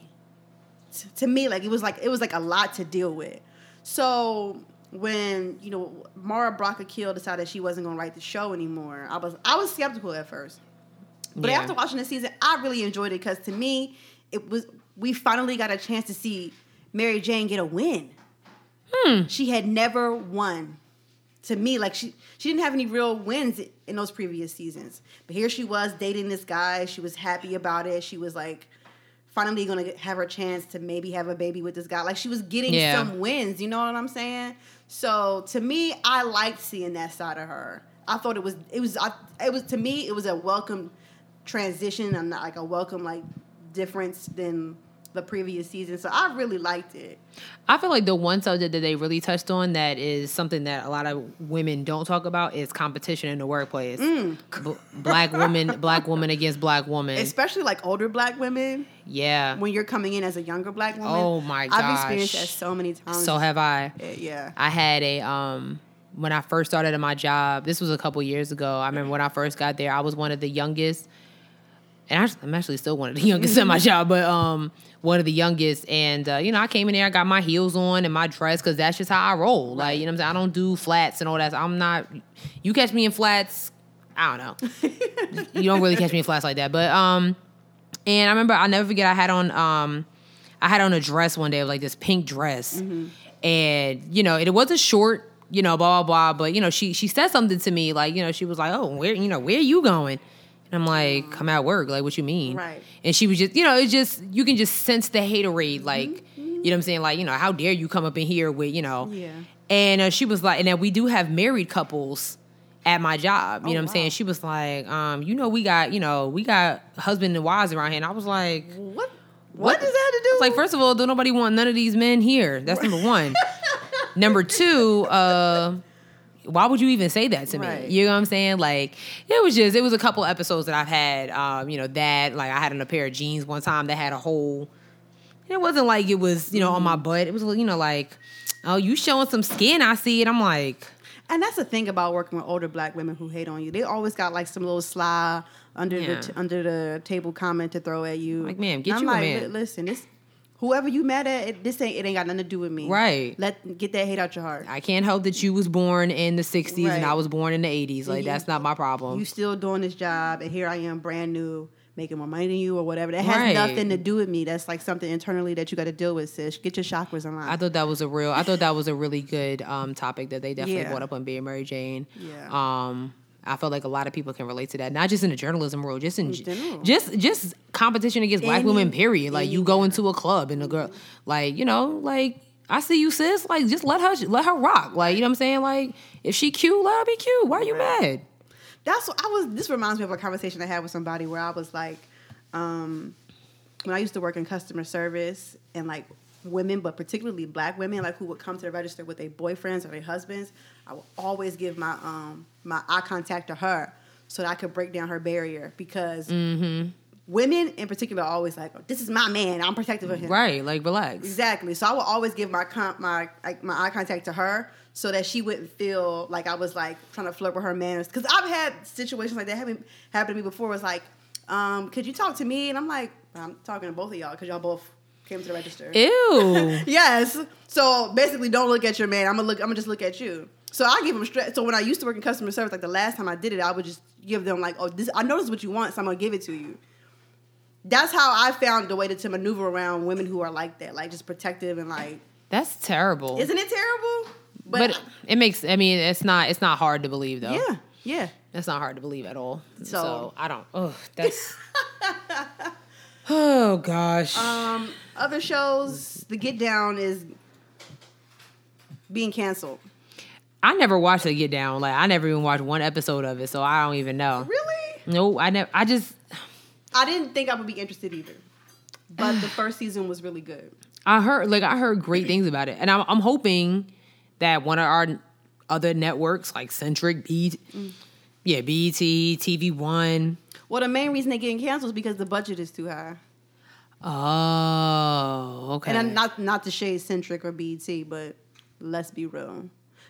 T- to me, like it was like it was like a lot to deal with. So when you know Mara Brock Keel decided she wasn't going to write the show anymore, I was I was skeptical at first. But
Yeah.
after watching the season, I really enjoyed it because to me, it was we finally got a chance to see Mary Jane get a win. She had never won. To me, like she she didn't have any real wins in those previous seasons. But here she was dating this guy. She was happy about it. She was like finally gonna get- have her chance to maybe have a baby with this guy. Like she was getting
Yeah.
some wins. You know what I'm saying? So to me, I liked seeing that side of her. I thought it was it was I, it was to me it was a welcome transition and not like a welcome like difference than the previous season. So I really liked it.
I feel like the one subject that they really touched on that is something that a lot of women don't talk about is competition in the workplace.
Mm.
B- black woman, black woman against black woman.
Especially like older black women
yeah.
when you're coming in as a younger black woman.
Oh my
I've experienced
gosh.
that so many times.
So have I.
Yeah, yeah.
I had a um when I first started at my job. This was a couple years ago. I remember when I first got there, I was one of the youngest, and I, am actually still one of the <laughs> youngest at my job, but um one of the youngest. And uh, you know, I came in there, I got my heels on and my dress because that's just how I roll. Like you know, what I'm saying I don't do flats and all that. I'm not. You catch me in flats, I don't know. you don't really catch me in flats like that, but um. And I remember I'll never forget I had on um I had on a dress one day, it was like this pink dress.
Mm-hmm.
And, you know, it wasn't short, you know, blah blah blah. But, you know, she she said something to me, like, you know, she was like, Oh, where you know, where are you going? And I'm like, I'm at work, like what you mean?
Right.
And she was just, you know, it's just you can just sense the haterade, like, you know what I'm saying? Like, you know, how dare you come up in here with, you know.
Mm-hmm. Yeah.
And uh, she was like, and then we do have married couples at my job. You know what I'm
wow.
saying? She was like, um, you know, we got, you know, we got husband and wives around here. And I was like,
What what does that have to do?
it's like, first of all, don't nobody want none of these men here. That's number
<laughs>
one. number two, uh, why would you even say that to me?
Right.
You know what I'm saying? Like, it was just, it was a couple episodes that I've had, um, you know, that, like, I had on a pair of jeans one time that had a whole It wasn't like it was, you know, on my
Mm-hmm.
butt. It was, you know, like, oh, you showing some skin. I see it. I'm like,
And that's the thing about working with older black women who hate on you. They always got like some little sly under
Yeah.
the t- under the table comment to throw at you.
Like, ma'am,
And
get
I'm
you a
like,
man.
"Li- Listen, this whoever you mad at, it, this ain't it ain't got nothing to do with me.
Right.
Let get that hate out your heart.
I can't help that you was born in the 60s and I
Right.
was born in the 80s. Like,
you-
that's not my problem.
you still doing this job, and here I am, brand new, making more money than you or whatever. That has
Right.
nothing to do with me. That's like something internally that you got to deal with, sis. Get your chakras in line.
I thought that was a real. I thought that was a really good um, topic that they definitely
Yeah.
brought up on being Mary Jane.
Yeah.
Um, I felt like a lot of people can relate to that, not just in the journalism world, just in,
general.
just just competition against black
Any- Mm-hmm.
women. Period. Like you go into a club and a girl, like you know, like I see you, sis. Like just let her let her rock. Like you know what I'm saying. Like if she cute, let her be cute. Why are you mad?
That's what I was. This reminds me of a conversation I had with somebody where I was like, um, when I used to work in customer service and like women, but particularly black women, like who would come to the register with their boyfriends or their husbands, I would always give my um my eye contact to her so that I could break down her barrier because women in particular are always like, this is my man, I'm protective of him,
Right. Like relax.
Exactly. So I would always give my con- my like my eye contact to her so that she wouldn't feel like I was like trying to flirt with her manners. Because I've had situations like that happen happen to me before. Was like, um, could you talk to me? And I'm like, I'm talking to both of y'all because y'all both came to the register. <laughs>
Ew.
yes. So basically, don't look at your man. I'm gonna look. I'm gonna just look at you. So I give them straight. So when I used to work in customer service, like the last time I did it, I would just give them like, oh, this. I know this is what you want, so I'm gonna give it to you that's how I found the way to, to maneuver around women who are like that, like just protective and like,
That's terrible.
isn't it terrible?
but it, it makes. I mean, it's not. It's not hard to believe though.
yeah, yeah.
That's not hard to believe at all. So,
So-
I don't. Oh, <laughs> that's. oh gosh.
Um, other shows, The Get Down is being canceled.
I never watched The Get Down. Like I never even watched one episode of it, so I don't even know.
Really?
No, I never. I just.
I didn't think I would be interested either, but
<sighs>
the first season was really good.
I heard like I heard great things about it, and I'm I'm hoping that one of our other networks like Centric, B, yeah, BET, TV One.
Well, the main reason they're getting canceled is because the budget is too high,
Oh, okay.
and I'm not not to shade centric or BET, but let's be real.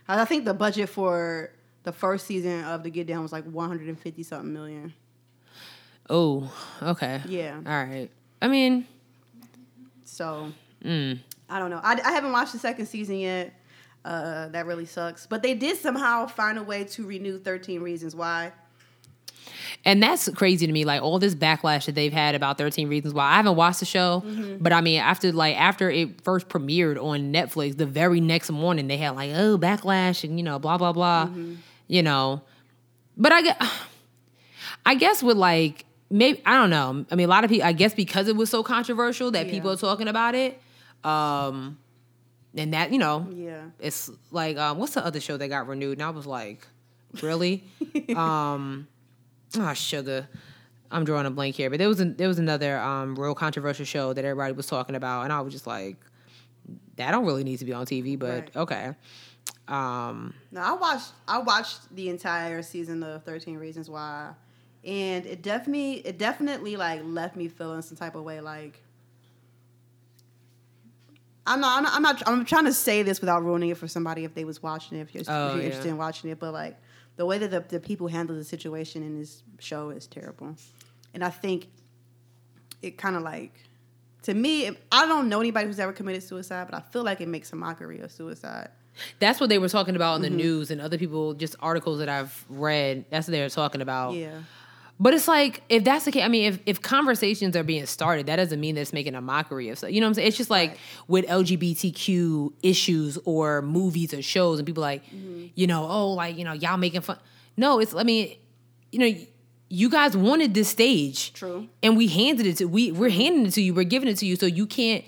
I I think the budget for the first season of The Get Down was like 150 something million.
oh, okay.
Yeah.
All right. I mean,
So
mm,
I don't know. I, I haven't watched the second season yet. Uh, that really sucks. But they did somehow find a way to renew 13 Reasons Why.
And that's crazy to me. Like all this backlash that they've had about 13 Reasons Why. I haven't watched the show,
Mm-hmm.
but I mean, after like after it first premiered on Netflix, the very next morning they had like, oh, backlash and you know, blah blah blah,
Mm-hmm.
you know. But I get, <sighs> I guess with like maybe I don't know. I mean, a lot of people. I guess because it was so controversial that
Yeah.
people are talking about it, um, and that you know,
Yeah.
it's like um, what's the other show that got renewed? And I was like,
<laughs>
really? um, oh sugar. I'm drawing a blank here, but there was an there was another um, real controversial show that everybody was talking about, and I was just like, that don't really need to be on TV, but
Right.
okay. Um,
No, I watched I watched the entire season of 13 Reasons Why, and it definitely it definitely like left me feeling some type of way. Like I'm not I'm not I'm, not, I'm trying to say this without ruining it for somebody if they was watching it if you're,
Oh,
if you're
yeah.
interested in watching it, but like the way that the, the people handle the situation in this show is terrible, and I think it kind of like to me I don't know anybody who's ever committed suicide, but I feel like it makes a mockery of suicide.
that's what they were talking about
Mm-hmm.
in the news and other people, just articles that I've read. That's what they were talking about.
Yeah.
But it's like if that's the case, I mean, if, if conversations are being started, that doesn't mean that it's making a mockery of stuff. You know what I'm saying? It's just like with LGBTQ issues or movies or shows, and people like,
Mm-hmm.
you know, oh, like you know, y'all making fun. No, it's I mean, you know, you guys wanted this stage,
True.
and we handed it to we we're handing it to you, we're giving it to you, so you can't.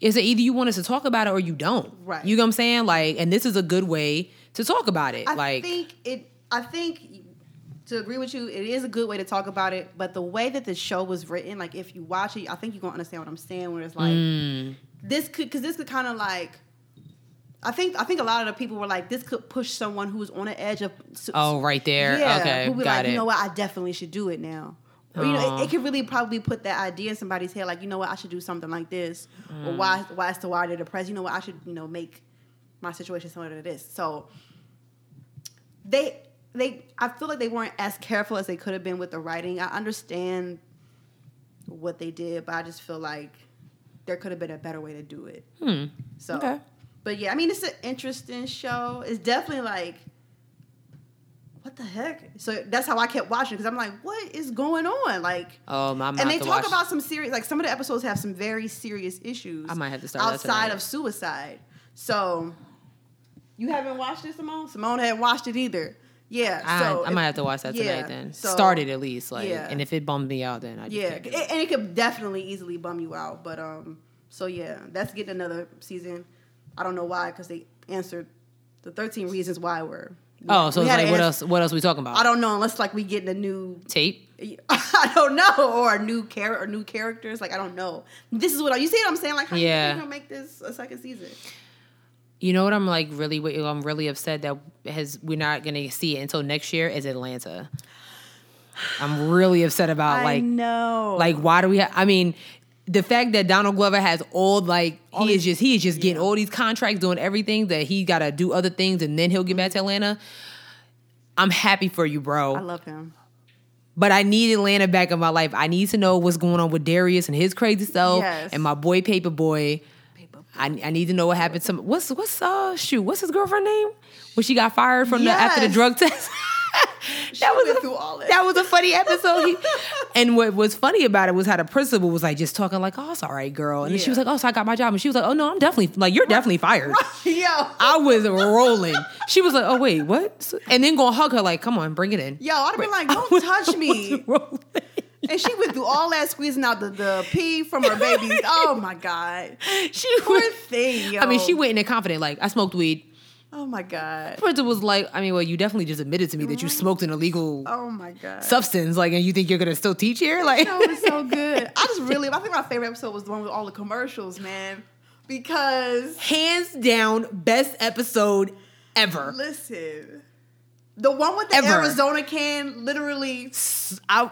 It's either you want us to talk about it or you don't.
Right.
You know what I'm saying? Like, and this is a good way to talk about it.
I
like,
think it. I think to agree with you, it is a good way to talk about it. But the way that the show was written, like if you watch it, I think you're gonna understand what I'm saying. Where it's like
Mm.
this could, because this could kind of like. I think I think a lot of the people were like, this could push someone who's on the edge of. su-
oh, right there.
yeah,
okay,
who'd be
got
like,
it.
you know what, I definitely should do it now. Or, you know,
Aw.
it, it could really probably put that idea in somebody's head, like, you know what, I should do something like this,
Mm.
or why, why is the why they're depressed? You know what, I should, you know, make my situation similar to this. So they, they, I feel like they weren't as careful as they could have been with the writing. I understand what they did, but I just feel like there could have been a better way to do it.
Hmm.
So,
Okay.
but yeah, I mean, it's an interesting show. It's definitely like, what the heck? So that's how I kept watching because I'm like, what is going on? Like,
Oh, my.
and they talk about some serious, like some of the episodes have some very serious issues.
I might have to start that
outside
tonight.
of suicide. So, you haven't watched it, Simone? Simone hadn't watched it either. Yeah,
I,
so
I
if-
might have to watch that
yeah,
tonight then.
so-
Started at least, like,
Yeah.
and if it bummed me out, then I just
Yeah,
can't do
it- and it could definitely easily bum you out. But um, so yeah, that's getting another season. I don't know why, because they answered the thirteen reasons why we're.
Oh, so
we
it's
had
like,
to
what
ans-
else? What else we talking about?
I don't know unless like we getting a new. <laughs>
tape.
I don't know, or a new character, or new characters. Like I don't know. This is what I, you see. What I'm saying? Like, how
Yeah.
you think they're gonna make this a second season?
You know what I'm like really wait- I'm really upset that has we're not gonna see it until next year is Atlanta. I'm really upset about like
know.
like why do we have I mean the fact that Donald Glover has all like he is just he is just getting all these contracts doing everything that he gotta do other things and then he'll get back to Atlanta. I'm happy for you, bro.
I love him.
But I need Atlanta back in my life. I need to know what's going on with Darius and his crazy self
Yes.
and my boy Paperboy. I, I need to know what happened to what's what's uh shoot what's his girlfriend name when she got fired from the after the
Yes.
drug test. <laughs> that was
went
a,
through all that.
that was a funny episode.
<laughs>
He- and what was funny about it was how the principal was like just talking like, "Oh, it's all right, girl," and then she
Yeah.
was like, "Oh, so I got my job," and she was like, "Oh no, I'm definitely like you're definitely fired."
<laughs> Yo,
I was rolling. She was like, "Oh wait, what?" So- And then gonna hug her like, "Come on, bring it in."
yo, I'd have been like,
I <laughs>
don't
was-
touch
I
me.
was rolling.
And she went through all that squeezing out the, the pee from her
<laughs>
baby. Oh my god.
<laughs> She
Poor
went.
thing, yo.
I mean, she went in there confident, like I smoked weed.
Oh my god.
Principal was like, I mean, well, you definitely just admitted to me that you smoked an illegal
Oh my god.
substance, like, and you think you're gonna still teach here, like.
that was so good. I just really, I think my favorite episode was the one with all the commercials, man. Because
<laughs> Hands down, best episode ever.
listen, the one with the
Ever.
Arizona can, literally,
I,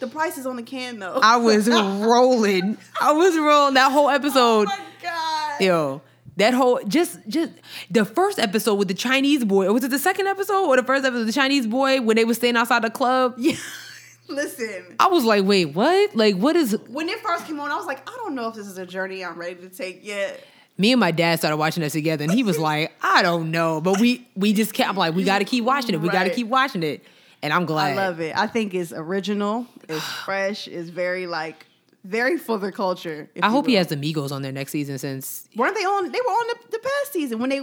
the price is on the can though.
I was rolling. I was rolling that whole
oh
episode.
my god.
Yo, that whole just just the first episode with the Chinese boy. Or was it the second episode or the first episode? The Chinese boy when they was staying outside the club.
Yeah. <laughs> listen,
I was like, wait, what? Like, what is?
when it first came on, I was like, I don't know if this is a journey I'm ready to take yet.
Me and my dad started watching this together, and he was like, I don't know, but we we just kept I'm like, we got to keep watching it. We got to
Right.
keep watching it, and I'm glad.
I love it. I think it's original.
<sighs>
It's fresh. It's very like very for the culture. if
I
you
hope he
will.
has the Migos on there next season. Since
Weren't they on? They were on the, the past season when they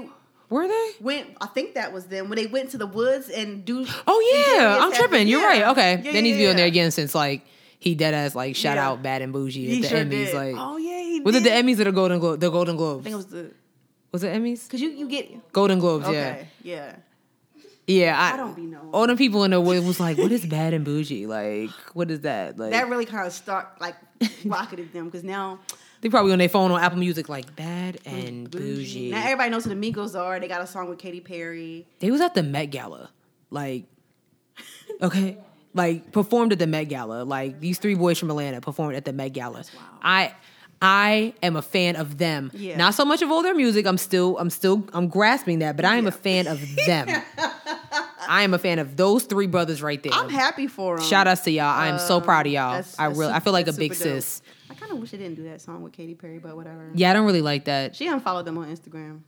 were they?
went. I think that was them when they went to the woods and do.
Oh
and
yeah,
Darius
I'm
had-
tripping. You're
yeah.
right. Okay,
Yeah,
they need to
yeah,
be on there
yeah.
again since like he dead ass like shout
Yeah.
out Bad and Bougie at
He
the
sure
Emmys.
did.
Like,
oh yeah, he
was it
did.
the Emmys or the Golden Globe? The Golden Globes.
I think it was the
was it Emmys?
because you you get
Golden Globes. Yeah.
okay yeah.
Yeah, I,
I don't be knowing.
All the people in the world was like, "What is bad and bougie? Like, what is that? Like,
That really kind of
<laughs>
start like rocketed them because now
they probably on their phone on Apple Music, like bad and bougie.
now everybody knows who the Migos are. They got a song with Katy Perry.
They was at the Met Gala, like, okay, like performed at the Met Gala. Like these three boys from Atlanta performed at the Met Gala. I. I am a fan of them.
Yeah.
Not so much of all their music. I'm still, I'm still, I'm grasping that, but I am a
Yeah.
fan of
<laughs>
them. I am a fan of those three brothers right there.
I'm happy for them.
Shout outs to y'all. I am so
Um,
proud of y'all.
that's-
I
that's
really, I
super-
feel like a
that's
big
super dope.
sis.
I kind of wish they didn't do that song with Katy Perry, but whatever.
Yeah, I don't really like that.
She unfollowed them on Instagram.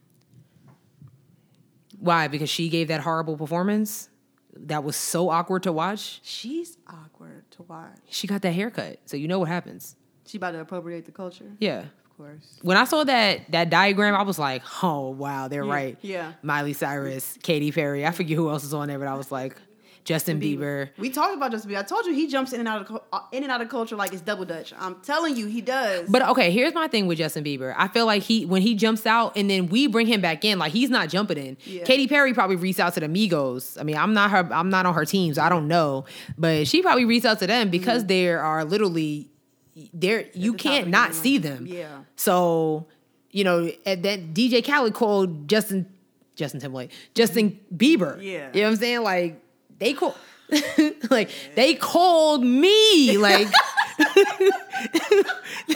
Why? Because she gave that horrible performance. That was so awkward to watch.
She's awkward to watch.
She got that haircut, so you know what happens.
She about to appropriate the culture,
Yeah.
of course.
When I saw that that diagram, I was like, "Oh wow, they're right."
yeah.
Miley Cyrus, Katy Perry. I forget who else is on there, but I was like, Justin Bieber.
We talked about Justin Bieber. I told you he jumps in and out of cul- uh, in and out of culture like it's double dutch. I'm telling you, he does.
But okay, here's my thing with Justin Bieber. I feel like he when he jumps out and then we bring him back in, like he's not jumping in.
Yeah.
Katy Perry probably reached out to the Migos. I mean, I'm not her I'm not on her team, so I don't know. But she probably reached out to them because there are literally there you
Mm-hmm. the top of
can't
the
not
game.
see them.
Yeah.
So, you know, at that DJ Khaled called Justin Justin Timberlake, Justin Bieber.
Mm-hmm. Yeah.
You know what I'm saying? Like they call <laughs> like they called me. Like <laughs>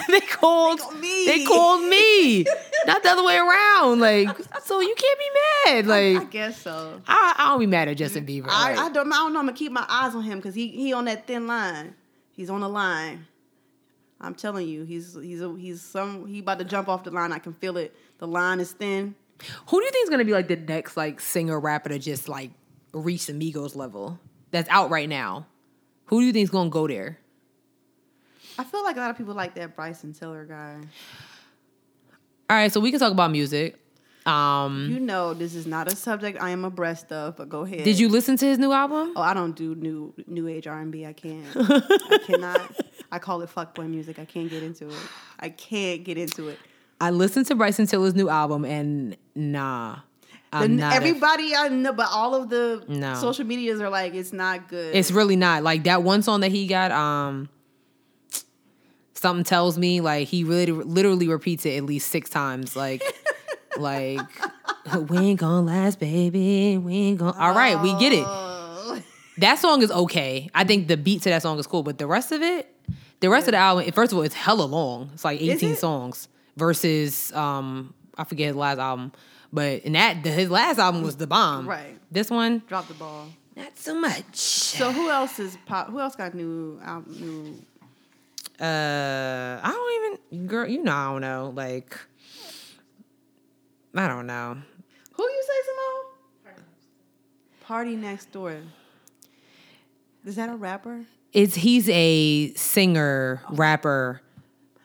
they called
called me.
me. They called <laughs> me. Not the other way around. Like so you can't be mad.
I
Like
guess so.
I, I don't be mad at Justin Bieber.
I,
like,
I don't. I don't know. I'm gonna keep my eyes on him because he he on that thin line. He's on the line. I'm telling you, he's he's a, he's some he about to jump off the line. I can feel it. The line is thin.
Who do you think is gonna be like the next like singer rapper to just like reach the Migos level that's out right now? Who do you think is gonna go there?
I feel like a lot of people like that Bryson Tiller guy.
All right, so we can talk about music. Um,
You know, this is not a subject I am abreast of, but go ahead.
did you listen to his new album?
Oh, I don't do new new age R and B. I can't.
<laughs>
I cannot. I call it fuckboy music. I can't get into it. I can't get into it.
I listened to Bryson Tiller's new album, and nah, I'm
The-
not. a-
everybody I know, but all of the
No.
social medias are like, it's not good.
it's really not like that one song that he got. Um, something tells me like he really literally repeats it at least six times. Like, like we ain't gonna last, baby. We ain't gonna. All right, we get it.
Oh.
That song is okay. I think the beat to that song is cool, but the rest of it, the rest of the album, first of all, it's hella long. It's like 18
it?
songs versus um I forget his last album, but in that the, his last album was the bomb.
Right.
This one,
Drop the ball.
not so much.
So who else is pop? Who else got new out new?
uh, I don't even girl, you know, I don't know. Like I don't know.
Who you say Simone? Party next door. Is that a rapper?
It's he's a singer, rapper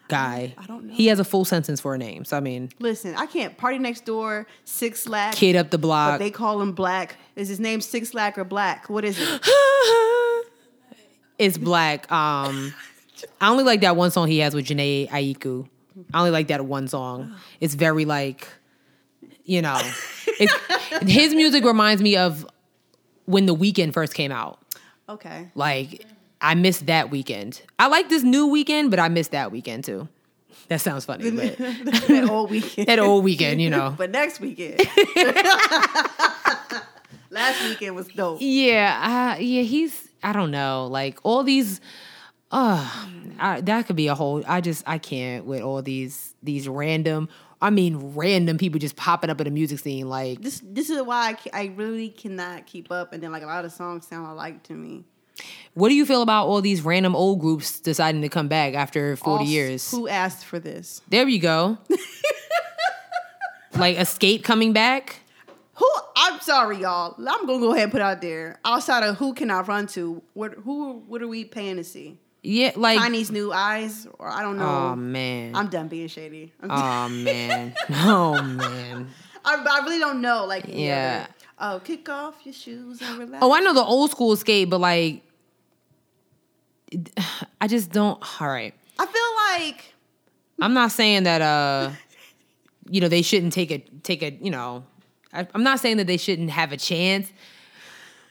guy.
I don't know.
He has a full sentence for a name. So I mean,
Listen, I can't. Party next door. Six Slack.
kid up the
But
block.
they call him Black. Is his name Six Slack or Black? What is it?
<laughs>
<gasps>
it's black. Um, I only like that one song he has with Janae Aiku. I only like that one song. It's very like, you know,
<laughs>
it's, his music reminds me of when the weekend first came out.
Okay.
Like, I missed that weekend. I like this new weekend, but I missed that weekend too. <laughs> That sounds funny, but
that old weekend.
that old weekend, you know.
<laughs> But next
<laughs>
weekend. Last weekend was dope.
Yeah, uh, yeah, he's I don't know, like all these uh I, that could be a whole I just I can't with all these these random I mean random people just popping up in the music scene like
This this is why I, ca- I really cannot keep up. And then like a lot of songs sound alike to me.
what do you feel about all these random old groups deciding to come back after 40
Also,
years?
Who asked for this?
there you go. like Escape coming back?
Who? I'm sorry, y'all. I'm gonna go ahead and put out there. Outside of who can I run to? What who? What are we paying to see?
Yeah, like
Tiny's new eyes, or I don't know.
Oh man.
I'm done being shady. I'm,
oh man. Oh man.
I, <laughs> I really don't know. Like, yeah.
Yeah.
Oh, kick off your shoes and relax.
Oh, I know the old school skate, but like, <sighs> I just don't. All right,
I feel like
I'm not saying that. Uh, you know, they shouldn't take a take a. You know, I, I'm not saying that they shouldn't have a chance.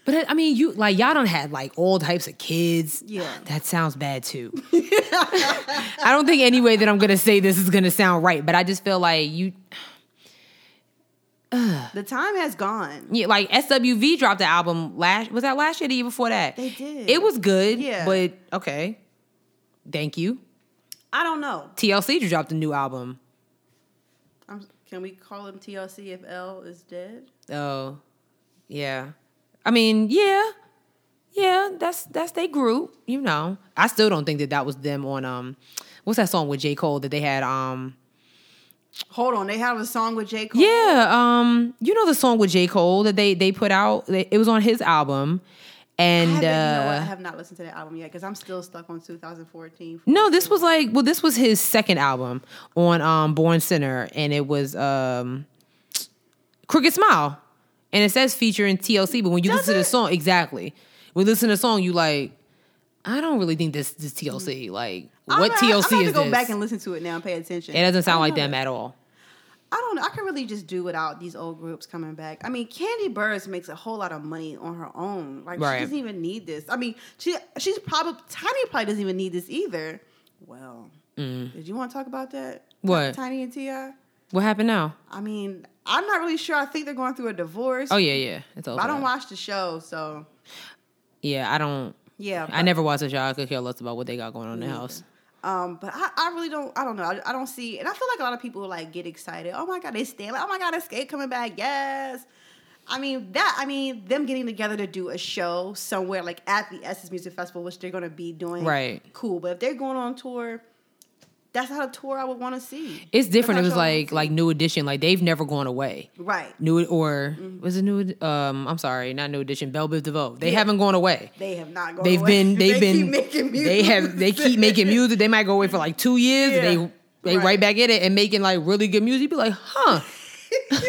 But I- I mean, you like y'all don't have like all types of kids.
Yeah.
that sounds bad too. <laughs> I don't think any way that I'm gonna say this is gonna sound right, but I just feel like you,
the time has gone.
yeah, like SWV dropped the album last. Was that last year? The year before that?
They did.
It was good.
Yeah.
but okay. Thank you.
I don't know.
TLC just dropped a new album.
I'm, can we call him TLC if L is dead?
Oh, yeah. I mean, yeah, yeah. That's that's they group. You know, I still don't think that that was them on um, what's that song with J Cole that they had um.
Hold on, they have a song with J Cole.
Yeah, um, you know the song with J Cole that they they put out. They, it was on his album,
I
and
haven't- you know what? I
uh,
have not listened to that album yet because I'm still stuck on 2014.
no, this was like well, this was his second album on um Born Sinner, and it was um, Crooked Smile, and it says featuring TLC. But when you
Does
listen to the
it?
song, exactly, when you listen to the song, you like, I don't really think this this TLC. Like,
I'm
what
not-
TLC
I'm
is
to go
this?
back and listen to it now and pay attention.
it doesn't sound
I
like
don't
them at all.
know. I don't know. I can really just do without these old groups coming back. I mean, Candy Burris makes a whole lot of money on her own. Like
Right.
she doesn't even need this. I mean, she she's probably Tiny probably doesn't even need this either. Well, did you want to talk about that?
Mm. What?
Tiny and Ti?
What happened now?
I mean, I'm not really sure. I think they're going through a divorce.
Oh yeah, yeah. It's over.
I don't watch the show, so
Yeah, I don't.
Yeah,
I
but-
never watched the show. I could care less about what they got going on in the house.
Um, but I, I really don't I don't know I, I don't see and I feel like a lot of people like get excited. Oh my god, they stay like oh my god, escape coming back. Yes. I mean that I mean them getting together to do a show somewhere like at the Essence Music Festival, which they're gonna be doing.
Right.
Cool. But if they're going on tour, that's not a tour I would want to see.
It's different. It
That's
was
not a show I wanna
like like New Edition. Like they've never gone away.
see. right.
New or
Mm-hmm.
was it New? Ed- Um, I'm sorry, not New Edition. Belle Biv DeVoe. They haven't gone away.
They have not gone.
They've
away. <laughs>
been. They've
they
been.
Keep making music.
<laughs> They have. They keep making music. They might go away for like two years.
Yeah.
and they they right.
Right.
back at it and making like really good music. You Be like, huh?
<laughs>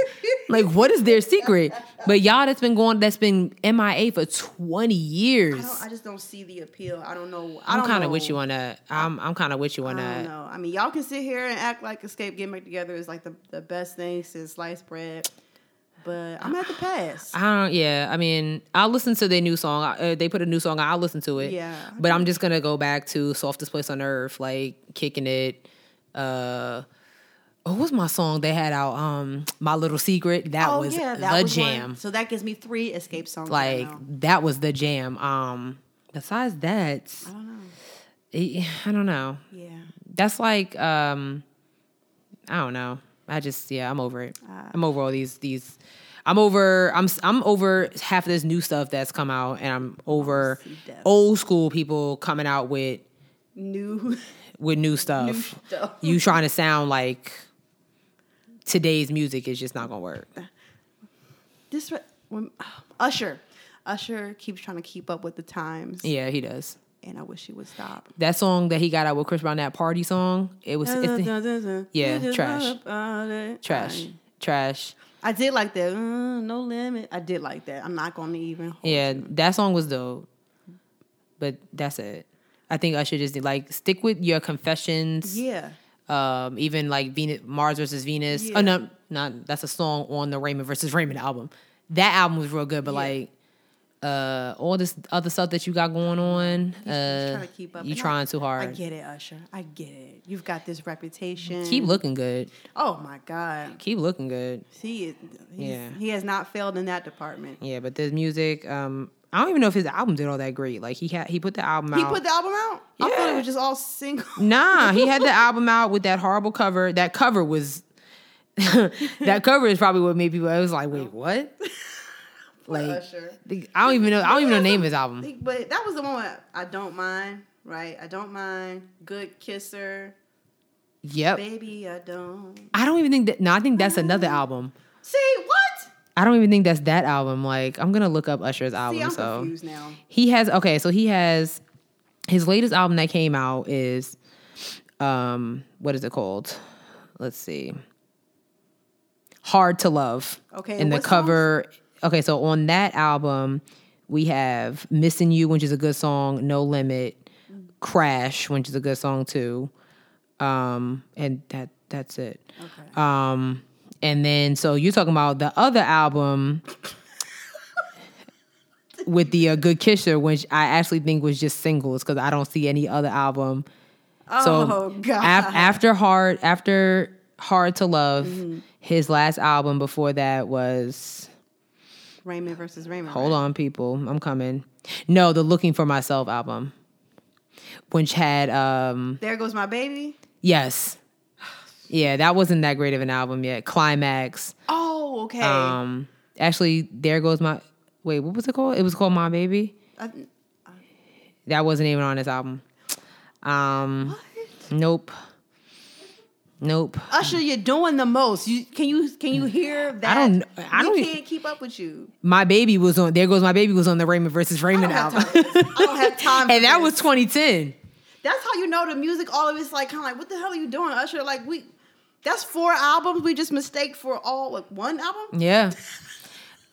like what is their secret? But y'all, that's been going. That's been MIA for 20
I,
years.
don't, I just don't see the appeal. I don't know. I
I'm
don't
kind of
know.
with you on that. I'm I'm kind of with you on
I
that.
don't know. I mean, y'all can sit here and act like Escape Get Back Together is like the, the best thing since sliced bread, but I'm
<sighs>
at the pass.
I don't. Yeah, I mean, I'll listen to their new song. Uh, they put a new song. out, I'll listen to it.
Yeah.
But I'm just gonna go back to softest place on earth, like kicking it. Uh, oh, what was my song they had out? Um, my little secret. That
Oh,
was the
one.
jam.
So that gives me three Escape songs. right
Like
now.
that was the jam. Um, besides that,
I don't know.
it- I don't know.
Yeah,
That's like um, I don't know. I just yeah, I'm over it.
Ah.
I'm over all these these. I'm over. I'm s- I'm over half of this new stuff that's come out, and I'm over
Oh, see that.
old school people coming out with
new <laughs>
with new stuff.
stuff.
You trying to sound like today's music is just not gonna work.
this when, <sighs> Usher. Usher keeps trying to keep up with the times,
Yeah, he does.
and I wish he would stop.
That song that he got out with Chris Brown, that party song, it was it's the, yeah, trash. trash, trash.
I did like that. Uh, no limit. I did like that. I'm not going to even. Hold
Yeah, that song was dope. But that's it. I think Usher just did like stick with your confessions.
Yeah.
Um, even like Venus, Mars versus Venus. Oh
Yeah.
no, not that's a song on the Raymond versus Raymond album. That album was real good, but
Yeah.
like uh all this other stuff that you got going on, uh
trying to keep up.
you
And I-
trying too
I
hard.
get it, Usher. I get it. You've got this reputation.
Keep looking good.
Oh my God.
Keep looking good.
He is, he's-
Yeah.
he has not failed in that department.
Yeah, but this music, um, I don't even know if his album did all that great. Like he had he put the album out.
He put the album out. I thought it
Yeah.
was just all single.
Nah, he
<laughs>
had the album out with that horrible cover. That cover was <laughs> that cover is probably what made people. I was like, wait, what? <laughs> Like,
<laughs> Usher.
the- I don't even know. I don't even know the name of his album.
But that was the one where I don't mind, right? I don't mind. Good kisser,
Yep.
baby. I don't
I don't even think that. No, I think that's another
Ah.
album.
see what.
I don't even think that's that album. Like, I'm gonna look up Usher's
See,
album.
I'm
so
confused now.
he has okay. So he has his latest album that came out is um what is it called? Let's see. Hard to Love.
Okay,
And the
what songs?
cover. Okay, so on that album, we have Missing You, which is a good song, No Limit, Crash, which is a good song too. Um, and that that's it.
Okay.
Um, and then so you're talking about the other album with the uh, Good Kisser, which I actually think was just singles because I don't see any other album.
Oh,
so
God.
after hard, after hard to love,
Mm-hmm.
his last album before that was
Raymond versus Raymond.
Hold on, people. I'm coming. No, the Looking for Myself album, which had um
There goes my baby.
yes, yeah, that wasn't that great of an album yet. Climax.
Oh, okay.
Um, actually, there goes my wait. What was it called? It was called My Baby.
I,
That wasn't even on this album. Um,
what?
nope, nope.
Usher, you're doing the most. You can you can you hear that?
don't kn- I
We
don't e-
can't keep up with you.
My baby was on. There goes my baby was on the Raymond versus
I
Raymond
don't, have
album,
time for this. I don't have
<laughs>
time. for
and that
this.
was 2010.
that's how you know the music. All of it's like kind of like what the hell are you doing, Usher? Like we, that's four albums we just mistake for all like one album.
Yeah.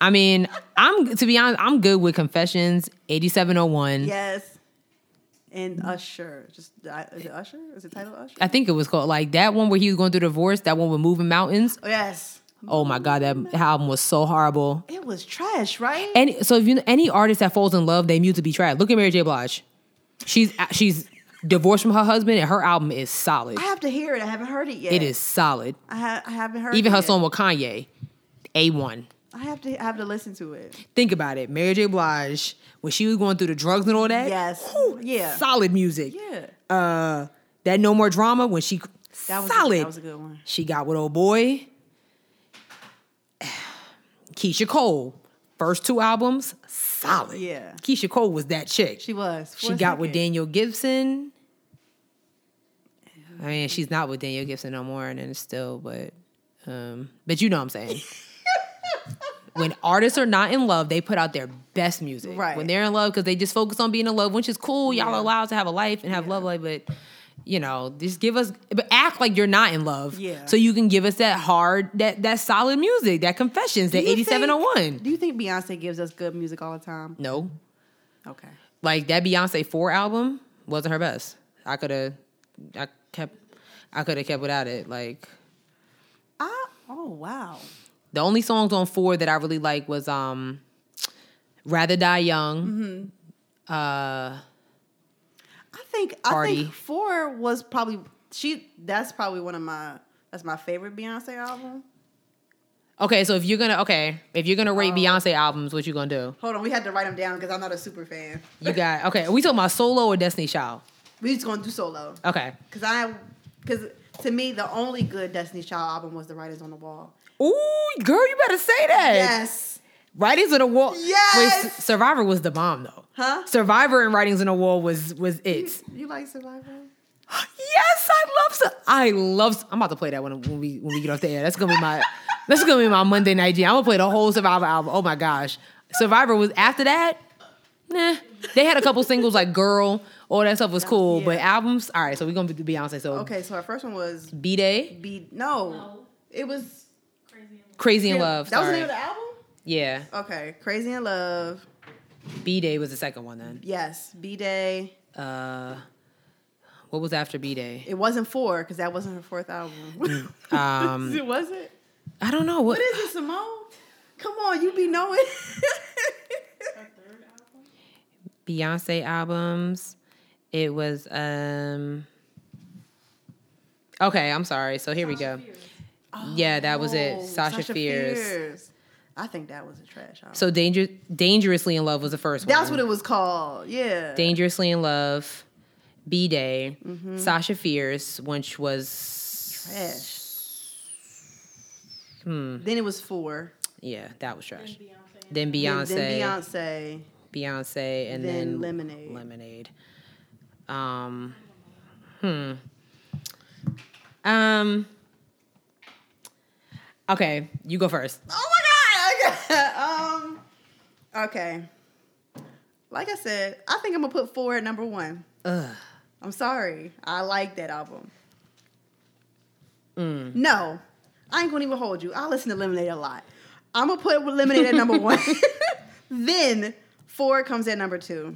I mean, I'm to be honest, I'm good with confessions. 8701.
Yes, and Usher. Just I- is it Usher? Is it titled Usher?
I think it was called like that one where he was going through divorce, that one with Moving Mountains.
Oh, yes,
Oh my god, that album was so horrible.
it was trash, right?
Any so if you any artist that falls in love, they music be trash. Look at Mary J. Blige. She's she's divorced from her husband and her album is solid.
I have to hear it. I haven't heard it yet.
It is solid.
I, ha- I haven't heard
Even
it
her
yet.
song with Kanye, A1.
I have to I have to listen to it.
Think about it. Mary J. Blige, when she was going through the drugs and all that.
Yes.
whew,
Yeah.
Solid music.
Yeah.
Uh, that No More Drama, when she.
That was
solid.
A, that was a good one.
She got with old boy. <sighs> Keisha Cole. First two albums, solid.
Yeah.
Keisha Cole was that chick.
She was.
She
for a
got with
second.
Daniel Gibson. I mean, she's not with Daniel Gibson no more, and then it's still, but um, but you know what I'm
<laughs>
saying. when artists are not in love, they put out their best music.
Right.
When they're in love, because they just focus on being in love, which is cool. Y'all are allowed to have a life and have love life, but you know, just give us but act like you're not in love.
Yeah.
So you can give us that hard, that that solid music, that confessions, that
Do you
eighty seven oh one.
Do you think Beyonce gives us good music all the time?
No.
Okay.
like that Beyonce four album wasn't her best. I could have, I kept, I could have kept without it. Like
I, oh wow.
the only songs on four that I really like was um, rather die young.
Mm-hmm.
Uh,
I think I
Cardi.
think four was probably she. That's probably one of my that's my favorite Beyonce album.
okay, so if you're gonna okay, if you're gonna rate
Oh.
Beyonce albums, what you gonna do?
Hold on, we had to write them down because I'm not a super fan.
You got okay. Are we talking about solo or Destiny Child?
We just gonna do solo
Okay.
because I because to me the only good Destiny Child album was The Writings on the Wall.
Ooh, girl, you better say that.
Yes,
Writings on the wall.
Yes!
Wait, S- Survivor was the bomb though.
Huh? Mm-hmm.
Survivor and Writings on the Wall was was it.
you like Survivor?
Yes, I love. Sur- I love. I'm about to play that when, when we when we get off the air. That's gonna be my. that's gonna be my Monday night jam. I'm gonna play the whole Survivor album. Oh my gosh, Survivor was after that. Nah, they had a couple singles like "Girl," all that stuff was cool, but
Yeah.
albums. All right, so we're gonna be Beyonce. So
Okay, so our first one was
B Day,
B. No,
No.
it was
Crazy. in Love.
Crazy in Love.
That was the
sorry.
name of the album.
yeah,
Okay, Crazy in Love.
B Day was the second one then.
Yes, B Day.
Uh, what was after B Day?
It wasn't four because that wasn't her fourth album. <laughs>
Um,
it was it.
I don't know what.
What is it, Simone? Come on, you be knowing.
Her third album.
Beyonce albums. It was um Okay, I'm sorry. So here we go.
Sasha Fierce.
Yeah, <laughs> that was it.
Oh,
Sasha, Fierce.
I think that was a trash album.
So danger dangerously in love was the first one.
That's what it was called. Yeah.
Dangerously in love. B Day. Sasha Fierce, which was
Trash.
Hmm.
Then it was four.
yeah, that was trash.
Beyonce and
Then
Then-
Beyonce,
Then Beyonce.
Beyonce, and then,
then Lemonade.
Lemonade. Um, hmm. Um. Okay, you go first.
Oh my god. Okay. <laughs> um. Okay. Like I said, I think I'm gonna put four at number one.
Ugh.
I'm sorry. I like that album. No, I ain't gonna even hold you. I listen to Lemonade a lot. I'm gonna put Lemonade at number one. <laughs> then four comes at number two.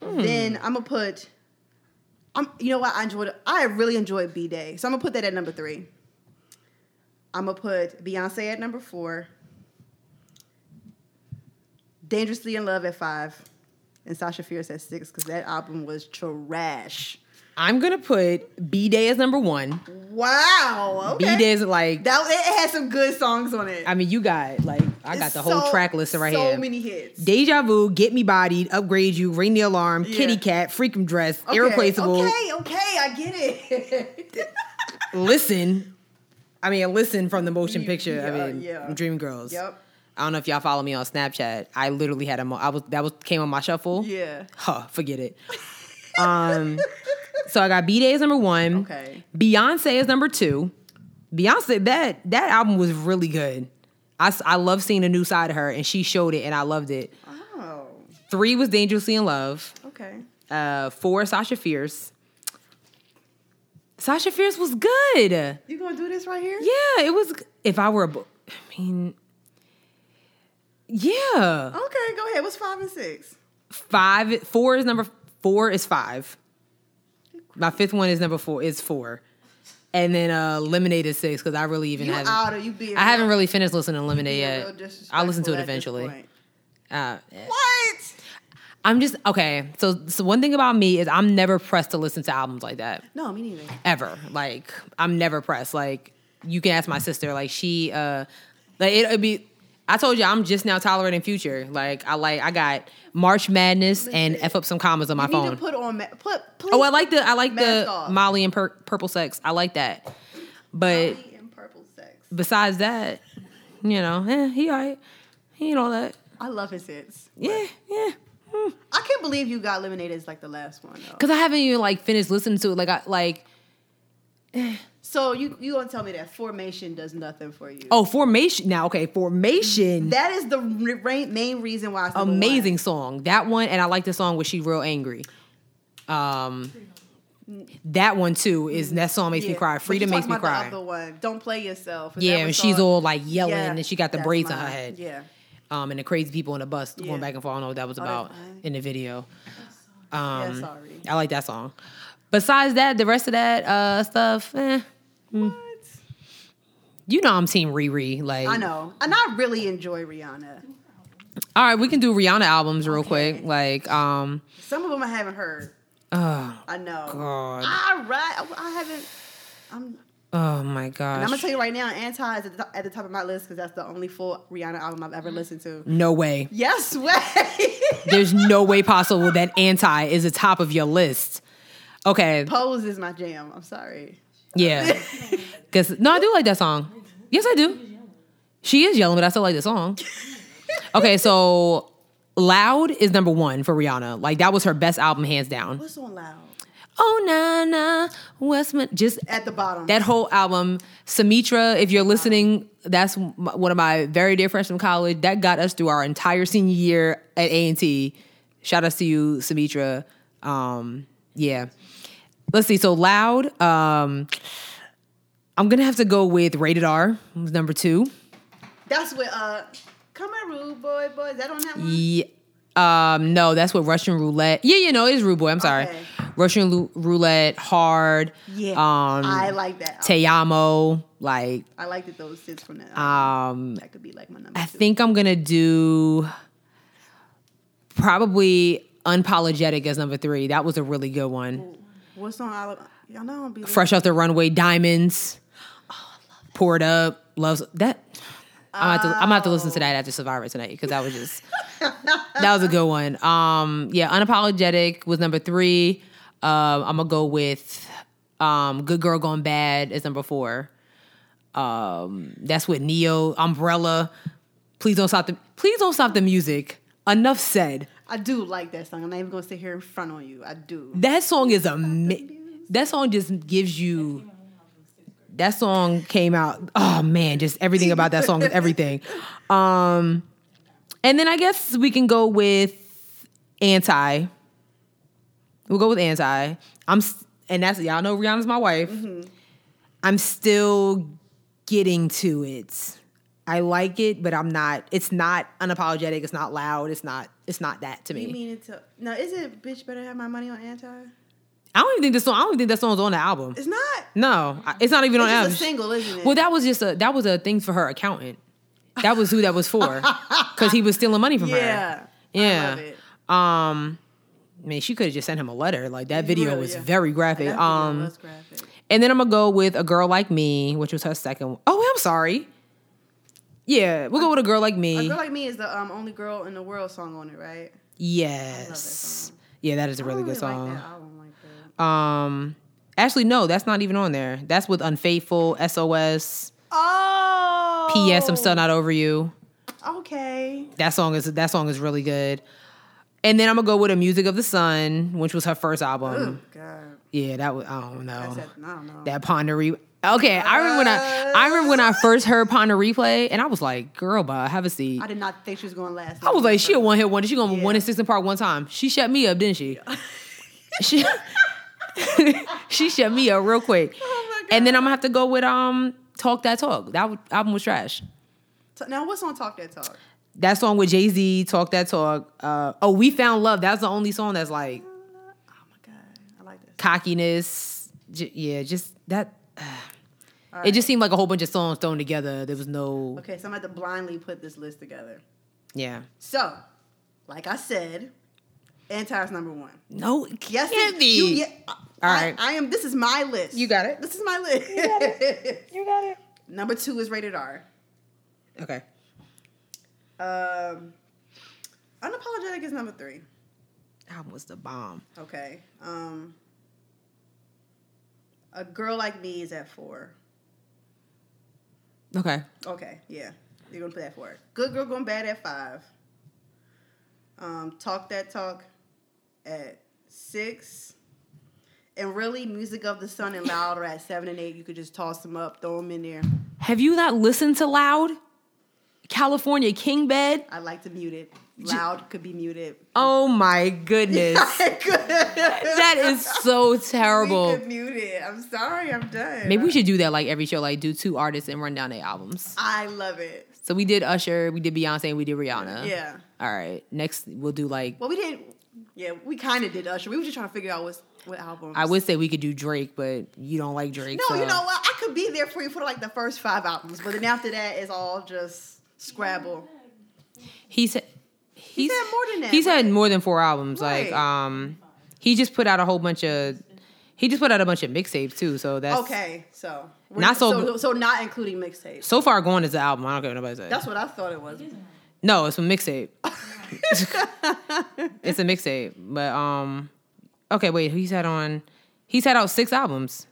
Then I'm gonna put. I'm, you know what? I enjoyed. I really enjoyed B Day, so I'm gonna put that at number three. I'm gonna put Beyonce at number four. Dangerously in Love at five, and Sasha Fierce at six because that album was trash.
I'm gonna put B Day as number one.
Wow.
B
Okay.
Day is like
That it it had some good songs on it.
I mean you got like I got
It's
the whole
so-
track listing right
so
here.
many hits.
Deja vu, get me bodied, upgrade you, ring the alarm,
Yeah.
kitty cat, freakum dress,
Okay,
irreplaceable.
Okay, okay, I get it. <laughs>
Listen, I mean listen from the motion
You-
picture.
yeah,
I mean,
yeah.
Dream Girls.
yep.
I don't know if y'all follow me on Snapchat. I literally had a mo- I was that was came on my shuffle.
Yeah.
<laughs> Huh, forget it. <laughs> Um so I got B Day as number one.
Okay.
Beyonce is number two. Beyonce, that that album was really good. I, s- I love seeing a new side of her, and she showed it, and I loved it.
Oh.
Three was Dangerously in Love.
Okay.
Uh, four, Sasha Fierce. Sasha Fierce was good. Yeah,
You gonna do this right here?
it was. g- If I were a book, I mean, yeah.
Okay, go ahead. What's five and six?
Five, four is number four is five. My fifth one is number four is four, and then uh, Lemonade is six because I really even
You
haven't.
out of you being
I haven't really finished listening to Lemonade
being real
yet. I'll listen to it
disrespectful at this
eventually.
point.
Uh,
What?
I'm just okay. So, so one thing about me is I'm never pressed to listen to albums like that
No, me neither.
ever. Like I'm never pressed. Like you can ask my sister. Like she uh, Like it, would be. I told you I'm just now tolerating Future. Like I like I got March Madness and f up some commas on my
you
phone.
need to put on ma- put. Please
oh, I like the I like
Mask
the
off.
Molly and pur- Purple Sex. I like that. But
Molly and purple sex.
besides that, you know, eh, he alright. He ain't all that.
I love his hits.
Yeah, yeah.
I can't believe you got eliminated as like the last one though.
Because I haven't even like finished listening to it. Like I like
So you you gonna tell me that formation does nothing for you?
oh formation now. Okay, formation.
That is the re- re- main reason why. It's number
amazing
one.
song. That one, and I like the song where she real angry. Um, that one too is that song makes me
Yeah.
cry.
But you
Freedom makes
talking
me
about
cry.
The other one, don't play yourself.
Yeah,
That
and
was
she's
on-
all like yelling,
Yeah,
and she got the
that's
braids in her
mine.
head.
Yeah,
Um, and the crazy people in the bus
Yeah. Oh,
going back and forth. I don't know what that was about
fine.
in the video.
yeah.
Um,
Sorry.
I like that song. Besides that, the rest of that uh stuff, eh,
What?
you know I'm team Riri. Like
I know, and I really enjoy Rihanna.
All right, we can do Rihanna albums real quick. Like um,
Some of them I haven't heard.
oh
I know.
God.
All right, I- I haven't. I'm.
oh my gosh.
And I'm gonna tell you right now, Anti is at the, at the top of my list because that's the only full Rihanna album I've
Mm.
ever listened to.
no way.
Yes, <laughs> way.
There's no way possible that anti is the top of your list. Okay.
Pose is my jam. I'm sorry.
<laughs> Yeah. Cause no, I do like that song. Yes, I do. She is yelling, but I still like the <laughs> song. Okay, so Loud is number one for Rihanna. Like that was her best album, hands down.
What's on loud?
Oh na na Westman. Just
At the bottom.
that whole album, Sumitra, if you're listening, that's m- one of my very dear friends from college. That got us through our entire senior year at A&T. Shout outs to you, Sumitra. Um, yeah. Let's see. So Loud, um, I'm going to have to go with Rated R, was number two.
that's with uh, come on, rude boy, boy. Is that on that one?
Yeah. Um, no, that's what Russian Roulette. Yeah, you know, it's Rude Boy. I'm sorry.
Okay.
Russian Lu- Roulette, Hard.
Yeah,
Um,
I like that.
Te Amo. Like,
I like that those sits from that.
um,
that could be like my number.
I
two.
think I'm gonna do probably unapologetic as number three. That was a really good one.
What's on all of y'all know? I don't be
Fresh off the runway, diamonds. Poured up, loves that. I'm gonna, have to, I'm gonna have to listen to that after Survivor tonight because that was just that was a good one. Um, yeah, unapologetic was number three. Um, I'm gonna go with um, Good Girl Gone Bad is number four. Um, that's with Neo Umbrella. Please don't stop the please don't stop the music. Enough said.
I do like that song. I'm not even gonna sit here in front on you. I do.
That song is a that song just gives you that song came out oh man just everything about that song is
<laughs>
everything um and then I guess we can go with anti we'll go with anti I'm s- and that's y'all know Rihanna's my wife
Mm-hmm.
I'm still getting to it I like it but I'm not it's not unapologetic it's not loud it's not it's not that to me
You mean it to? No, is it bitch better have my money on anti?
I don't even think this song. I don't even think that song's on the album.
It's not.
No, I- it's not even on the
It's
album.
just a single, isn't it?
Well, that was just a that was a thing for her accountant. That was who that was
<laughs>
for, because he was stealing money from her.
yeah.
Yeah.
I love it.
Um, I mean, she could have just sent him a letter. Like that video
Really,
was
yeah.
very graphic.
That video
um,
was graphic.
and then I'm gonna go with a girl like me, which was her second. Oh, I'm sorry. Yeah, we'll go with a girl like
A
me.
girl like me is the um, only girl in the world song on it, right?
yes.
song.
yeah, that is a really
I
good
don't really
song.
Like that album like that.
Um, actually, no, that's not even on there. That's with Unfaithful, SOS,
Oh.
PS. I'm still not over you.
Okay.
That song is that song is really good. And then I'm gonna go with a music of the sun, which was her first
Oh
album.
God.
Yeah, that was I don't know
I said, I don't know.
that Ponder. Re- okay, I remember when I I remember
Uh.
when I first heard Ponder Replay, and I was like, "Girl, bye, have a seat."
I did not think she was going last.
I was like, she a one hit wonder. She gonna
Yeah.
one and six in part one time. She shut me up, didn't she? <laughs> she <laughs> she shut me up real quick.
Oh my
And then
God.
I'm gonna have to go with um Talk That Talk. That w- album was trash.
T- Now what's on Talk That Talk? Oh
That song with Jay Z, Talk That Talk. Uh, oh, We Found Love. That's the only song that's like
Oh my God, I like this.
cockiness. J- yeah, just that. <sighs> It just seemed like a whole bunch of songs thrown together. There was no,
Okay, so I'm about to blindly put this list together.
yeah,
So, like I said, anti's number one.
no. It
Yes,
can't
it-
be.
You, yeah, All right.
right.
I, am. This is my list.
You got it.
This is my list. <laughs>
You got it.
number two is rated R.
Okay.
Um, unapologetic is number three.
Album was the bomb.
Okay. Um, a girl like me is at four.
Okay.
Okay, yeah, you're gonna put that four. Good girl going bad at five. Um, talk that talk at six. And really, music of the sun and loud are at seven and eight. You could just toss them up, throw them in there.
Have you not listened to Loud? California King Bed?
I like to mute it. Loud could be muted.
Oh my goodness.
<laughs>
that is so
We
terrible.
could mute it. I'm sorry, I'm done.
Maybe we should do that like every show, like do two artists and run down their albums.
I love it.
So we did Usher, we did Beyonce, and we did Rihanna.
Yeah.
All right. Next, we'll do like
Well, we didn't. Yeah, we kind of did Usher. We were just trying to figure out what's, what album.
I would say we could do Drake, but you don't like Drake.
No,
so-
you know what? I could be there for you for like the first five albums, but then after that, it's all just Scrabble.
He said he's,
had more than that,
He's had more than four albums. Like
Right.
um, he just put out a whole bunch of he just put out a bunch of mixtapes too. So that's
Okay, so we're-
Not so-
so not including mixtapes.
So far gone is the album. I don't care what nobody says.
That's what I thought it was.
no, it's a mixtape.
<laughs>
it's a mixtape, but um, okay, wait. He's had on he's had out six albums.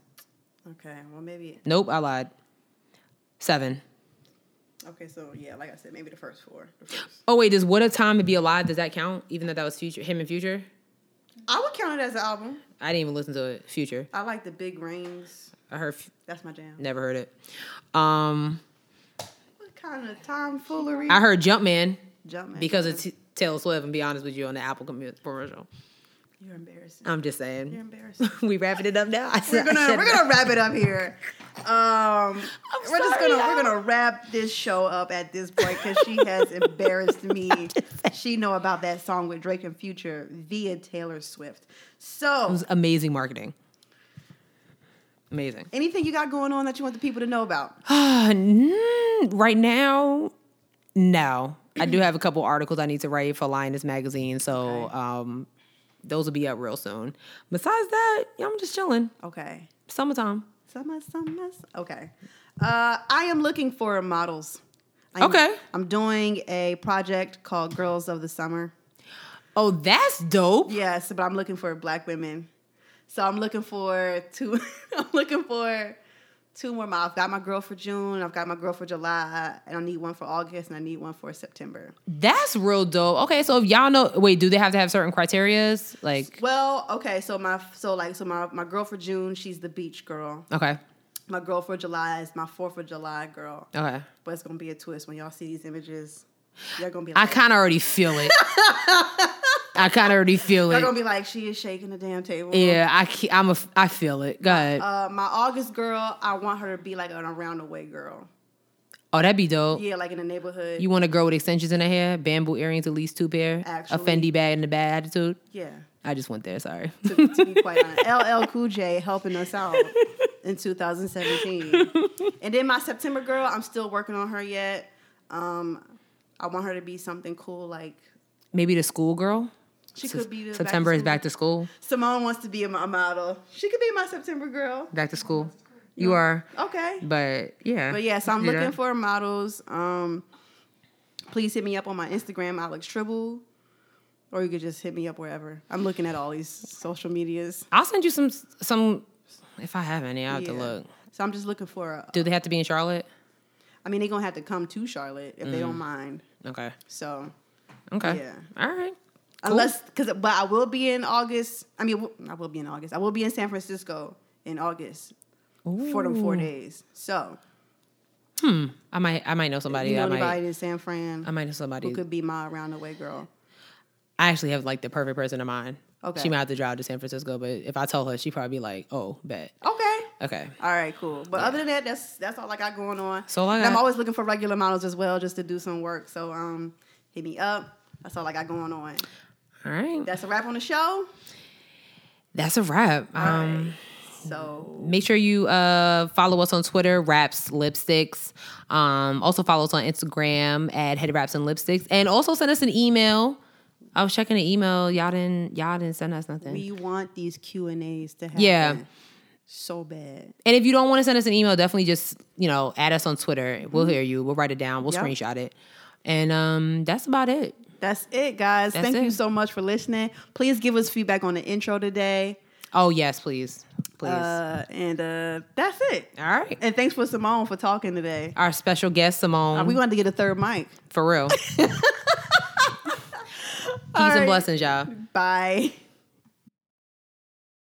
Okay, well maybe.
Nope, I lied. Seven.
Okay, so yeah, like I said, maybe the first four. The first.
Oh wait, does What a Time to Be Alive? Does that count? Even though that was future him and future.
I would count it as an album.
I didn't even listen to it. Future.
I like the Big Rings.
I heard. F-
That's my jam.
never heard it. Um,
What kind of tomfoolery?
I heard Jumpman
Jumpman.
because it's Taylor Swift. And be honest with you, on the Apple commu- commercial.
you're embarrassing.
I'm just
You're
saying.
embarrassing.
<laughs> we wrapping it up now. I
we're
said- I
gonna
said
we're
that.
gonna wrap it up here. Um, we're just
sorry,
gonna
y'all.
we're gonna wrap this show up at this point because she
<laughs>
has embarrassed me. She know about that song with Drake and Future via Taylor Swift.
It
So,
was amazing marketing. Amazing. <sighs>
anything you got going on that you want the people to know about?
<gasps> Mm, right now, no. I do have a couple articles I need to write for Lioness magazine, so um, those will be up real soon. Besides that, yeah, I'm just chilling.
Okay,
Summertime.
summer, summer. Okay, uh, I am looking for models. I'm,
Okay.
I'm doing a project called Girls of the Summer.
Oh, that's dope.
Yes, but I'm looking for black women. So I'm looking for two. <laughs> I'm looking for two more months. I've got my girl for June. I've got my girl for July, and I need one for August, and I need one for September.
That's real dope. Okay, so if y'all know, wait, do they have to have certain criterias? Like,
Well, okay. So my so like so my my girl for June, she's the beach girl.
okay,
My girl for July is my Fourth of July girl.
okay.
But it's gonna be a twist when y'all see these images. Y'all gonna be
I
like,
kind of already feel
<laughs>
it. I kind of already feel
y'all gonna
it.
be like, she is shaking the damn table.
Yeah, I ca- I'm a f- I feel it. Go ahead.
Uh, my August girl, I want her to be like an around the way girl.
Oh, that'd be dope.
Yeah, like in the neighborhood.
You want a girl with extensions in her hair, bamboo earrings, at least two pair, a
Actually-
Fendi bag, and a bad attitude.
yeah.
I just went there.
<laughs>
Sorry.
to, to be quite
<laughs>
honest. LL Cool J helping us out in 2017. And then my September girl, I'm still working on her yet. Um, I want her to be something cool. Like
Maybe the schoolgirl.
she could be the
September is back
to
to school.
school. Simone wants to be a, my model. She could be my September girl.
Back to school. You are,
Okay.
but yeah.
But yes, I'm
Do
looking
that.
for models. Um, please hit me up on my Instagram, Alex Tribble. Or you could just hit me up wherever. I'm looking at all these social medias.
I'll send you some some. If I have any, I will have to
Yeah.
look.
So I'm just looking for a,
Do they have to be in Charlotte?
I mean, they're gonna have to come to Charlotte if they don't
Mm.
mind.
Okay.
So
Okay.
Yeah.
All right.
unless, because, but I will be in August. I mean, w- I will be in August. I will be in San Francisco in August for them four days. So
I might I might know somebody.
you know
I might
anybody in San Fran
I might know somebody.
who could be my around the way girl?
I actually have like the perfect person in mind.
Okay.
She might have to drive to San Francisco, but if I tell her, she probably be like, "Oh, bet."
Okay.
Okay.
All right, cool. But other than that, that's that's all I got going on.
So all I
And I'm
got-
always looking for regular models as well, just to do some work. So um, hit me up. That's all I got going on.
All right.
That's a wrap on the show.
That's a wrap. Um,
So
Make sure you uh, follow us on Twitter, Raps Lipsticks. Um, also follow us on Instagram at Head Raps and Lipsticks, and also send us an email. I was checking the email. Y'all didn't. Y'all didn't send us nothing.
we want these Q and A's to happen.
yeah.
so bad.
And if you don't want to send us an email, definitely just, you know, add us on Twitter. We'll hear you. We'll write it down. We'll
Yep.
screenshot it. And um, that's about it.
That's it, guys.
That's
Thank you
it.
so much for listening. Please give us feedback on the intro today.
Oh, yes, please. Please.
Uh, and uh, that's it.
All right.
And thanks for Simone for talking today.
Our special guest, Simone.
Uh, we wanted to get a third mic.
for real. <laughs> Peace
All
and
right.
blessings, y'all.
Bye. <laughs>